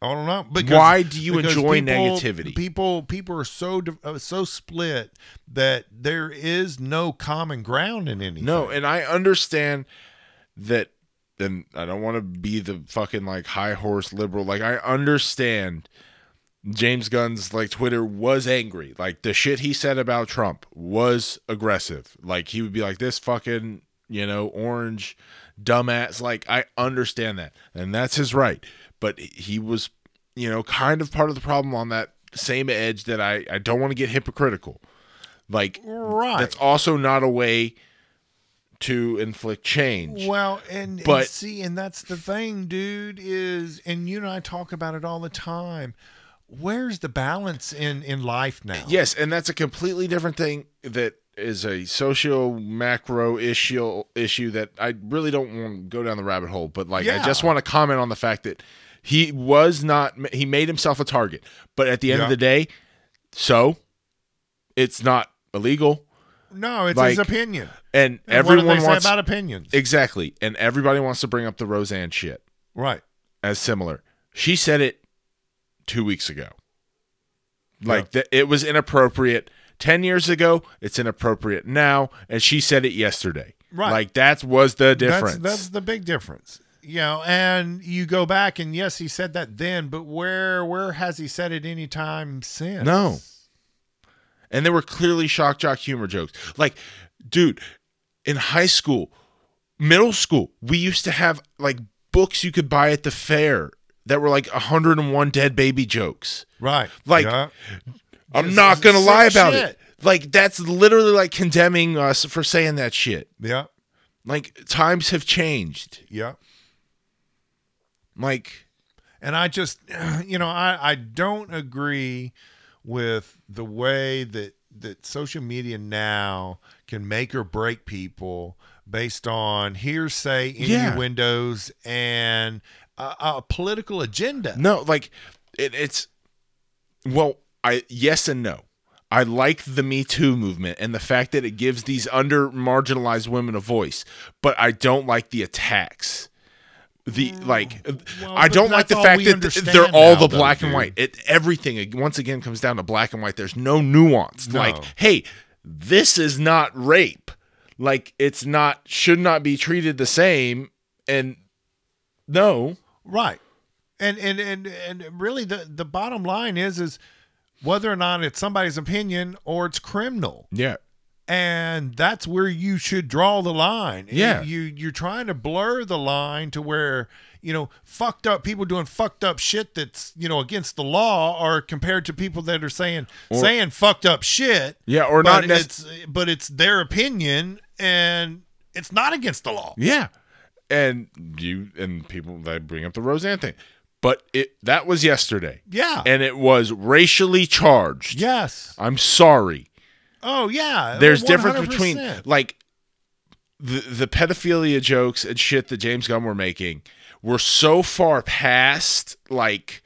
Speaker 1: I don't know.
Speaker 2: Why do you
Speaker 1: because
Speaker 2: enjoy negativity?
Speaker 1: People people are so div- uh, so split that there is no common ground in anything.
Speaker 2: No, and I understand that, and I don't want to be the fucking like high horse liberal. Like I understand James Gunn's like Twitter was angry. Like the shit he said about Trump was aggressive. Like he would be like this fucking you know orange dumbass. Like I understand that, and that's his right. But he was you know kind of part of the problem on that same edge that I I don't want to get hypocritical. Like
Speaker 1: right.
Speaker 2: that's also not a way to inflict change.
Speaker 1: well, and, and
Speaker 2: But-
Speaker 1: see, and that's the thing, dude. Is and you and I talk about it all the time. Where's the balance in in life now?
Speaker 2: Yes, and that's a completely different thing that is a socio macro issue issue that I really don't want to go down the rabbit hole, but like I
Speaker 1: Yeah.
Speaker 2: just want to comment on the fact that he was not he made himself a target. But at the end of
Speaker 1: Yeah.
Speaker 2: the day, so it's not illegal
Speaker 1: No, it's his
Speaker 2: Like,
Speaker 1: opinion.
Speaker 2: and
Speaker 1: And
Speaker 2: everyone
Speaker 1: what do they
Speaker 2: wants
Speaker 1: say about opinions.
Speaker 2: exactly and everybody wants to bring up the Roseanne shit.
Speaker 1: right.
Speaker 2: as similar. She said it two weeks ago. Like that, it was inappropriate ten years ago. It's inappropriate now, and she said it yesterday.
Speaker 1: Right.
Speaker 2: Like that was the difference.
Speaker 1: That's, that's the big difference. You know, and you go back and yes, he said that then, but where where has he said it any time since?
Speaker 2: No. and they were clearly shock jock humor jokes. Like, dude, in high school, middle school, we used to have like books you could buy at the fair that were like 101 dead baby jokes.
Speaker 1: Right.
Speaker 2: Like,
Speaker 1: Yeah.
Speaker 2: I'm
Speaker 1: Yes,
Speaker 2: not
Speaker 1: it's
Speaker 2: gonna
Speaker 1: sick
Speaker 2: lie about it.
Speaker 1: shit.
Speaker 2: Like that's literally like condemning us for saying that shit.
Speaker 1: Yeah.
Speaker 2: Like times have changed.
Speaker 1: Yeah.
Speaker 2: Like
Speaker 1: And I just you know, I, I don't agree with the way that that social media now can make or break people based on hearsay,
Speaker 2: Yeah.
Speaker 1: innuendos, and a, a political agenda.
Speaker 2: no, like it, it's well, I yes and no. I like the Me Too movement and the fact that it gives these under marginalized women a voice, but I don't like the attacks. The like
Speaker 1: Mm.
Speaker 2: uh,
Speaker 1: Well,
Speaker 2: I
Speaker 1: but
Speaker 2: don't like
Speaker 1: that's
Speaker 2: the
Speaker 1: all
Speaker 2: fact
Speaker 1: we
Speaker 2: that th-
Speaker 1: understand
Speaker 2: they're all
Speaker 1: now,
Speaker 2: the
Speaker 1: though,
Speaker 2: black and
Speaker 1: dude.
Speaker 2: white. It everything ag- once again comes down to black and white. There's no nuance.
Speaker 1: No.
Speaker 2: Like, hey, this is not rape. Like it's not should not be treated the same and no.
Speaker 1: Right. And and and and really the the bottom line is is whether or not it's somebody's opinion or it's criminal.
Speaker 2: Yeah.
Speaker 1: And that's where you should draw the line.
Speaker 2: Yeah.
Speaker 1: You you're trying to blur the line to where, you know, fucked up people doing fucked up shit that's, you know, against the law are compared to people that are saying
Speaker 2: Or-
Speaker 1: saying fucked up shit.
Speaker 2: Yeah, or
Speaker 1: but
Speaker 2: not nec-
Speaker 1: it's but it's their opinion and it's not against the law.
Speaker 2: Yeah. And you and people that bring up the Roseanne thing. But it that was yesterday.
Speaker 1: Yeah.
Speaker 2: And it was racially charged.
Speaker 1: yes.
Speaker 2: I'm sorry.
Speaker 1: Oh yeah.
Speaker 2: there's difference between
Speaker 1: 100%.
Speaker 2: like the the pedophilia jokes and shit that James Gunn were making were so far past like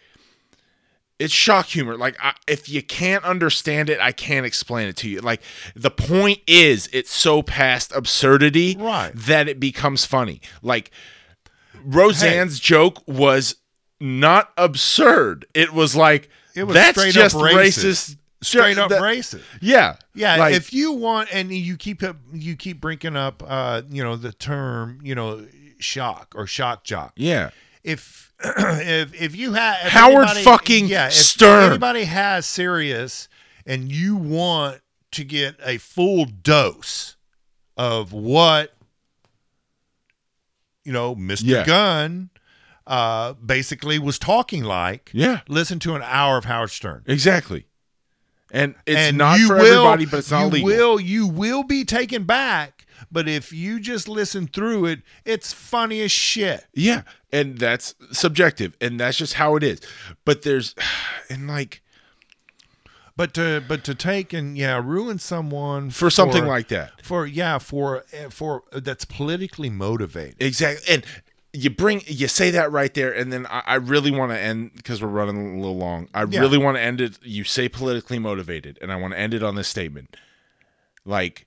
Speaker 2: it's shock humor. Like I, if you can't understand it, I can't explain it to you. Like the point is, it's so past absurdity
Speaker 1: Right.
Speaker 2: that it becomes funny. Like Roseanne's joke was not absurd. It was like
Speaker 1: It was
Speaker 2: that's
Speaker 1: straight
Speaker 2: just
Speaker 1: up racist.
Speaker 2: racist.
Speaker 1: Straight up
Speaker 2: That-
Speaker 1: racist.
Speaker 2: Yeah.
Speaker 1: Yeah,
Speaker 2: Like-
Speaker 1: if you want, and you keep up, you keep bringing up, uh, you know, the term, you know, shock or shock jock.
Speaker 2: Yeah.
Speaker 1: If if if you have
Speaker 2: Howard fucking
Speaker 1: yeah, if
Speaker 2: Stern.
Speaker 1: anybody has serious, and you want to get a full dose of what you know, Mister
Speaker 2: Yeah.
Speaker 1: Gunn, uh, basically was talking like.
Speaker 2: Yeah.
Speaker 1: Listen to an hour of Howard Stern.
Speaker 2: Exactly. And it's
Speaker 1: And
Speaker 2: not
Speaker 1: you
Speaker 2: for
Speaker 1: will-
Speaker 2: everybody, but it's not
Speaker 1: you
Speaker 2: legal.
Speaker 1: Will you will be taken back? But if you just listen through it, it's funny as shit.
Speaker 2: Yeah, and that's subjective, and that's just how it is. But there's, and like
Speaker 1: But to but to take and yeah, ruin someone
Speaker 2: for something like that,
Speaker 1: for yeah for eh, for uh, that's politically motivated.
Speaker 2: exactly. And you bring you say that right there, and then I, I really want to end because we're running a little long. I
Speaker 1: Yeah.
Speaker 2: really want to end it. You say politically motivated, and I want to end it on this statement. Like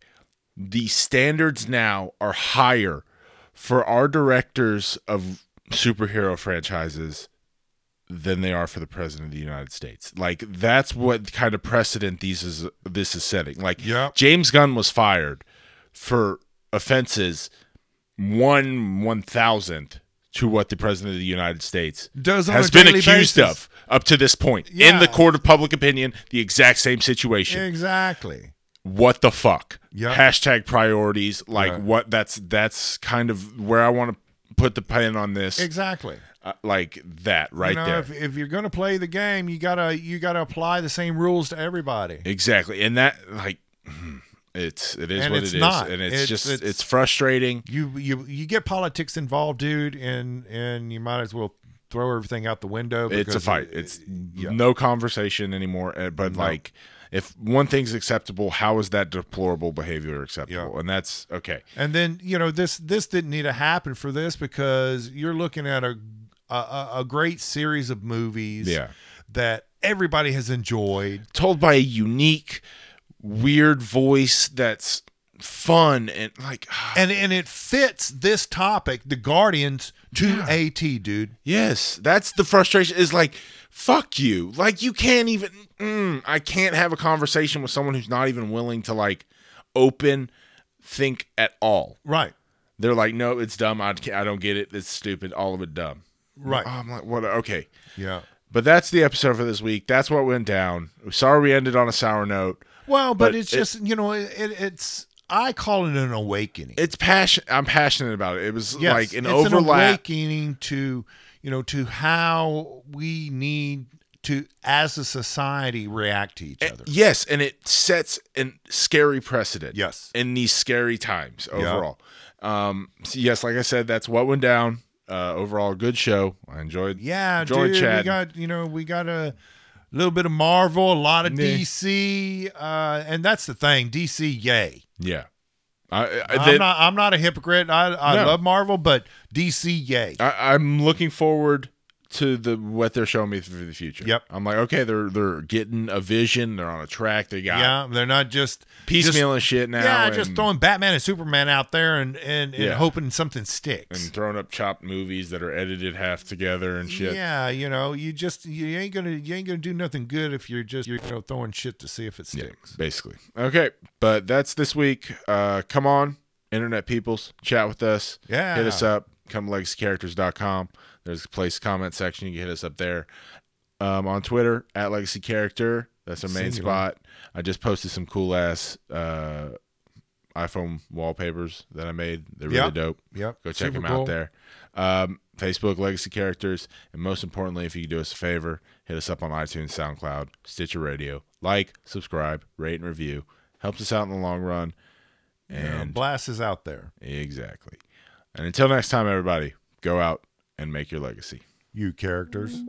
Speaker 2: the standards now are higher for our directors of superhero franchises than they are for the president of the United States. Like that's what kind of precedent these is this is setting. Like
Speaker 1: Yeah.
Speaker 2: James Gunn was fired for offenses one one thousandth to what the president of the United States
Speaker 1: Does on
Speaker 2: has
Speaker 1: a
Speaker 2: been
Speaker 1: daily
Speaker 2: accused
Speaker 1: basis.
Speaker 2: of up to this point in
Speaker 1: Yeah.
Speaker 2: the court of public opinion. The exact same situation
Speaker 1: exactly.
Speaker 2: what the fuck
Speaker 1: Yeah.
Speaker 2: hashtag priorities like
Speaker 1: Right.
Speaker 2: what that's that's kind of where i want to put the pen on this
Speaker 1: Exactly.
Speaker 2: uh, like that right
Speaker 1: you know,
Speaker 2: there
Speaker 1: If, if you're gonna play the game, you gotta you gotta apply the same rules to everybody.
Speaker 2: exactly and that like hmm, it's it is
Speaker 1: And
Speaker 2: what
Speaker 1: it's
Speaker 2: it is
Speaker 1: not.
Speaker 2: and it's,
Speaker 1: It's-
Speaker 2: just it's,
Speaker 1: it's-
Speaker 2: frustrating
Speaker 1: you you you get politics involved, dude, and and you might as well throw everything out the window.
Speaker 2: it's a
Speaker 1: because
Speaker 2: fight
Speaker 1: it-
Speaker 2: it's
Speaker 1: yeah.
Speaker 2: no conversation anymore uh, but
Speaker 1: No.
Speaker 2: like if one thing's acceptable how is that deplorable behavior acceptable and that's okay
Speaker 1: and then you know this this didn't need to happen for this because you're looking at a a- a, a great series of movies
Speaker 2: yeah
Speaker 1: that everybody has enjoyed.
Speaker 2: told by a unique weird voice that's fun and like
Speaker 1: And, and it fits this topic, the Guardians, to
Speaker 2: Yeah.
Speaker 1: AT, dude.
Speaker 2: Yes, that's the frustration. Is like, fuck you. Like you can't even. Mm, I can't have a conversation with someone who's not even willing to like open think at all.
Speaker 1: Right,
Speaker 2: They're like, no, it's dumb. I ca- I don't get it. It's stupid. All of it dumb.
Speaker 1: right.
Speaker 2: Oh, I'm like, what? Okay.
Speaker 1: Yeah.
Speaker 2: But that's the episode for this week. That's what went down. Sorry we ended on a sour note.
Speaker 1: Well, but,
Speaker 2: But
Speaker 1: it's
Speaker 2: it-
Speaker 1: just, you know, it, it, it's, I call it an awakening.
Speaker 2: It's passion. I'm passionate about it. It was
Speaker 1: Yes,
Speaker 2: like an
Speaker 1: it's
Speaker 2: overlap.
Speaker 1: awakening to you know to how we need to as a society react to each
Speaker 2: Eh,
Speaker 1: other.
Speaker 2: Yes, and it sets a scary precedent.
Speaker 1: yes.
Speaker 2: in these scary times
Speaker 1: Yeah.
Speaker 2: overall. Um, so yes, like I said, that's what went down. Uh, overall, good show. I enjoyed.
Speaker 1: Yeah,
Speaker 2: Joy
Speaker 1: dude.
Speaker 2: chatting.
Speaker 1: We got you know we got a little bit of Marvel, a lot of
Speaker 2: Yeah.
Speaker 1: DC, uh, and that's the thing. DC, yay!
Speaker 2: Yeah, I, I,
Speaker 1: I'm
Speaker 2: that-
Speaker 1: not I'm not a hypocrite. I I
Speaker 2: No. Oh,
Speaker 1: love Marvel, but DC, yay!
Speaker 2: I, I'm looking forward to the what they're showing me for the future.
Speaker 1: Yep.
Speaker 2: I'm like, okay, they're they're getting a vision. They're on a track. They got
Speaker 1: yeah, they're not just
Speaker 2: piecemealing shit now.
Speaker 1: yeah,
Speaker 2: and,
Speaker 1: just throwing Batman and Superman out there and and, and
Speaker 2: Yeah.
Speaker 1: hoping something sticks.
Speaker 2: and throwing up chopped movies that are edited half together and shit.
Speaker 1: Yeah, you know, you just you ain't gonna you ain't gonna do nothing good if you're just you're you know, throwing shit to see if it
Speaker 2: Yeah,
Speaker 1: sticks.
Speaker 2: basically. Okay, but that's this week. Uh, come on, internet peoples, chat with us.
Speaker 1: Yeah,
Speaker 2: hit us up come to legacycharacters.com there's a place comment section you can hit us up there um, on twitter at legacy character that's our main
Speaker 1: Singular.
Speaker 2: spot i just posted some cool ass uh, iphone wallpapers that i made they're really
Speaker 1: Yeah.
Speaker 2: dope
Speaker 1: Yep,
Speaker 2: go check
Speaker 1: Super
Speaker 2: them
Speaker 1: Bowl.
Speaker 2: out there um, facebook legacy characters and most importantly if you could do us a favor hit us up on itunes soundcloud stitcher radio like subscribe rate and review helps us out in the long run
Speaker 1: Yeah,
Speaker 2: and
Speaker 1: blast is out there.
Speaker 2: Exactly. And until next time, everybody, go out and make your legacy.
Speaker 1: You characters.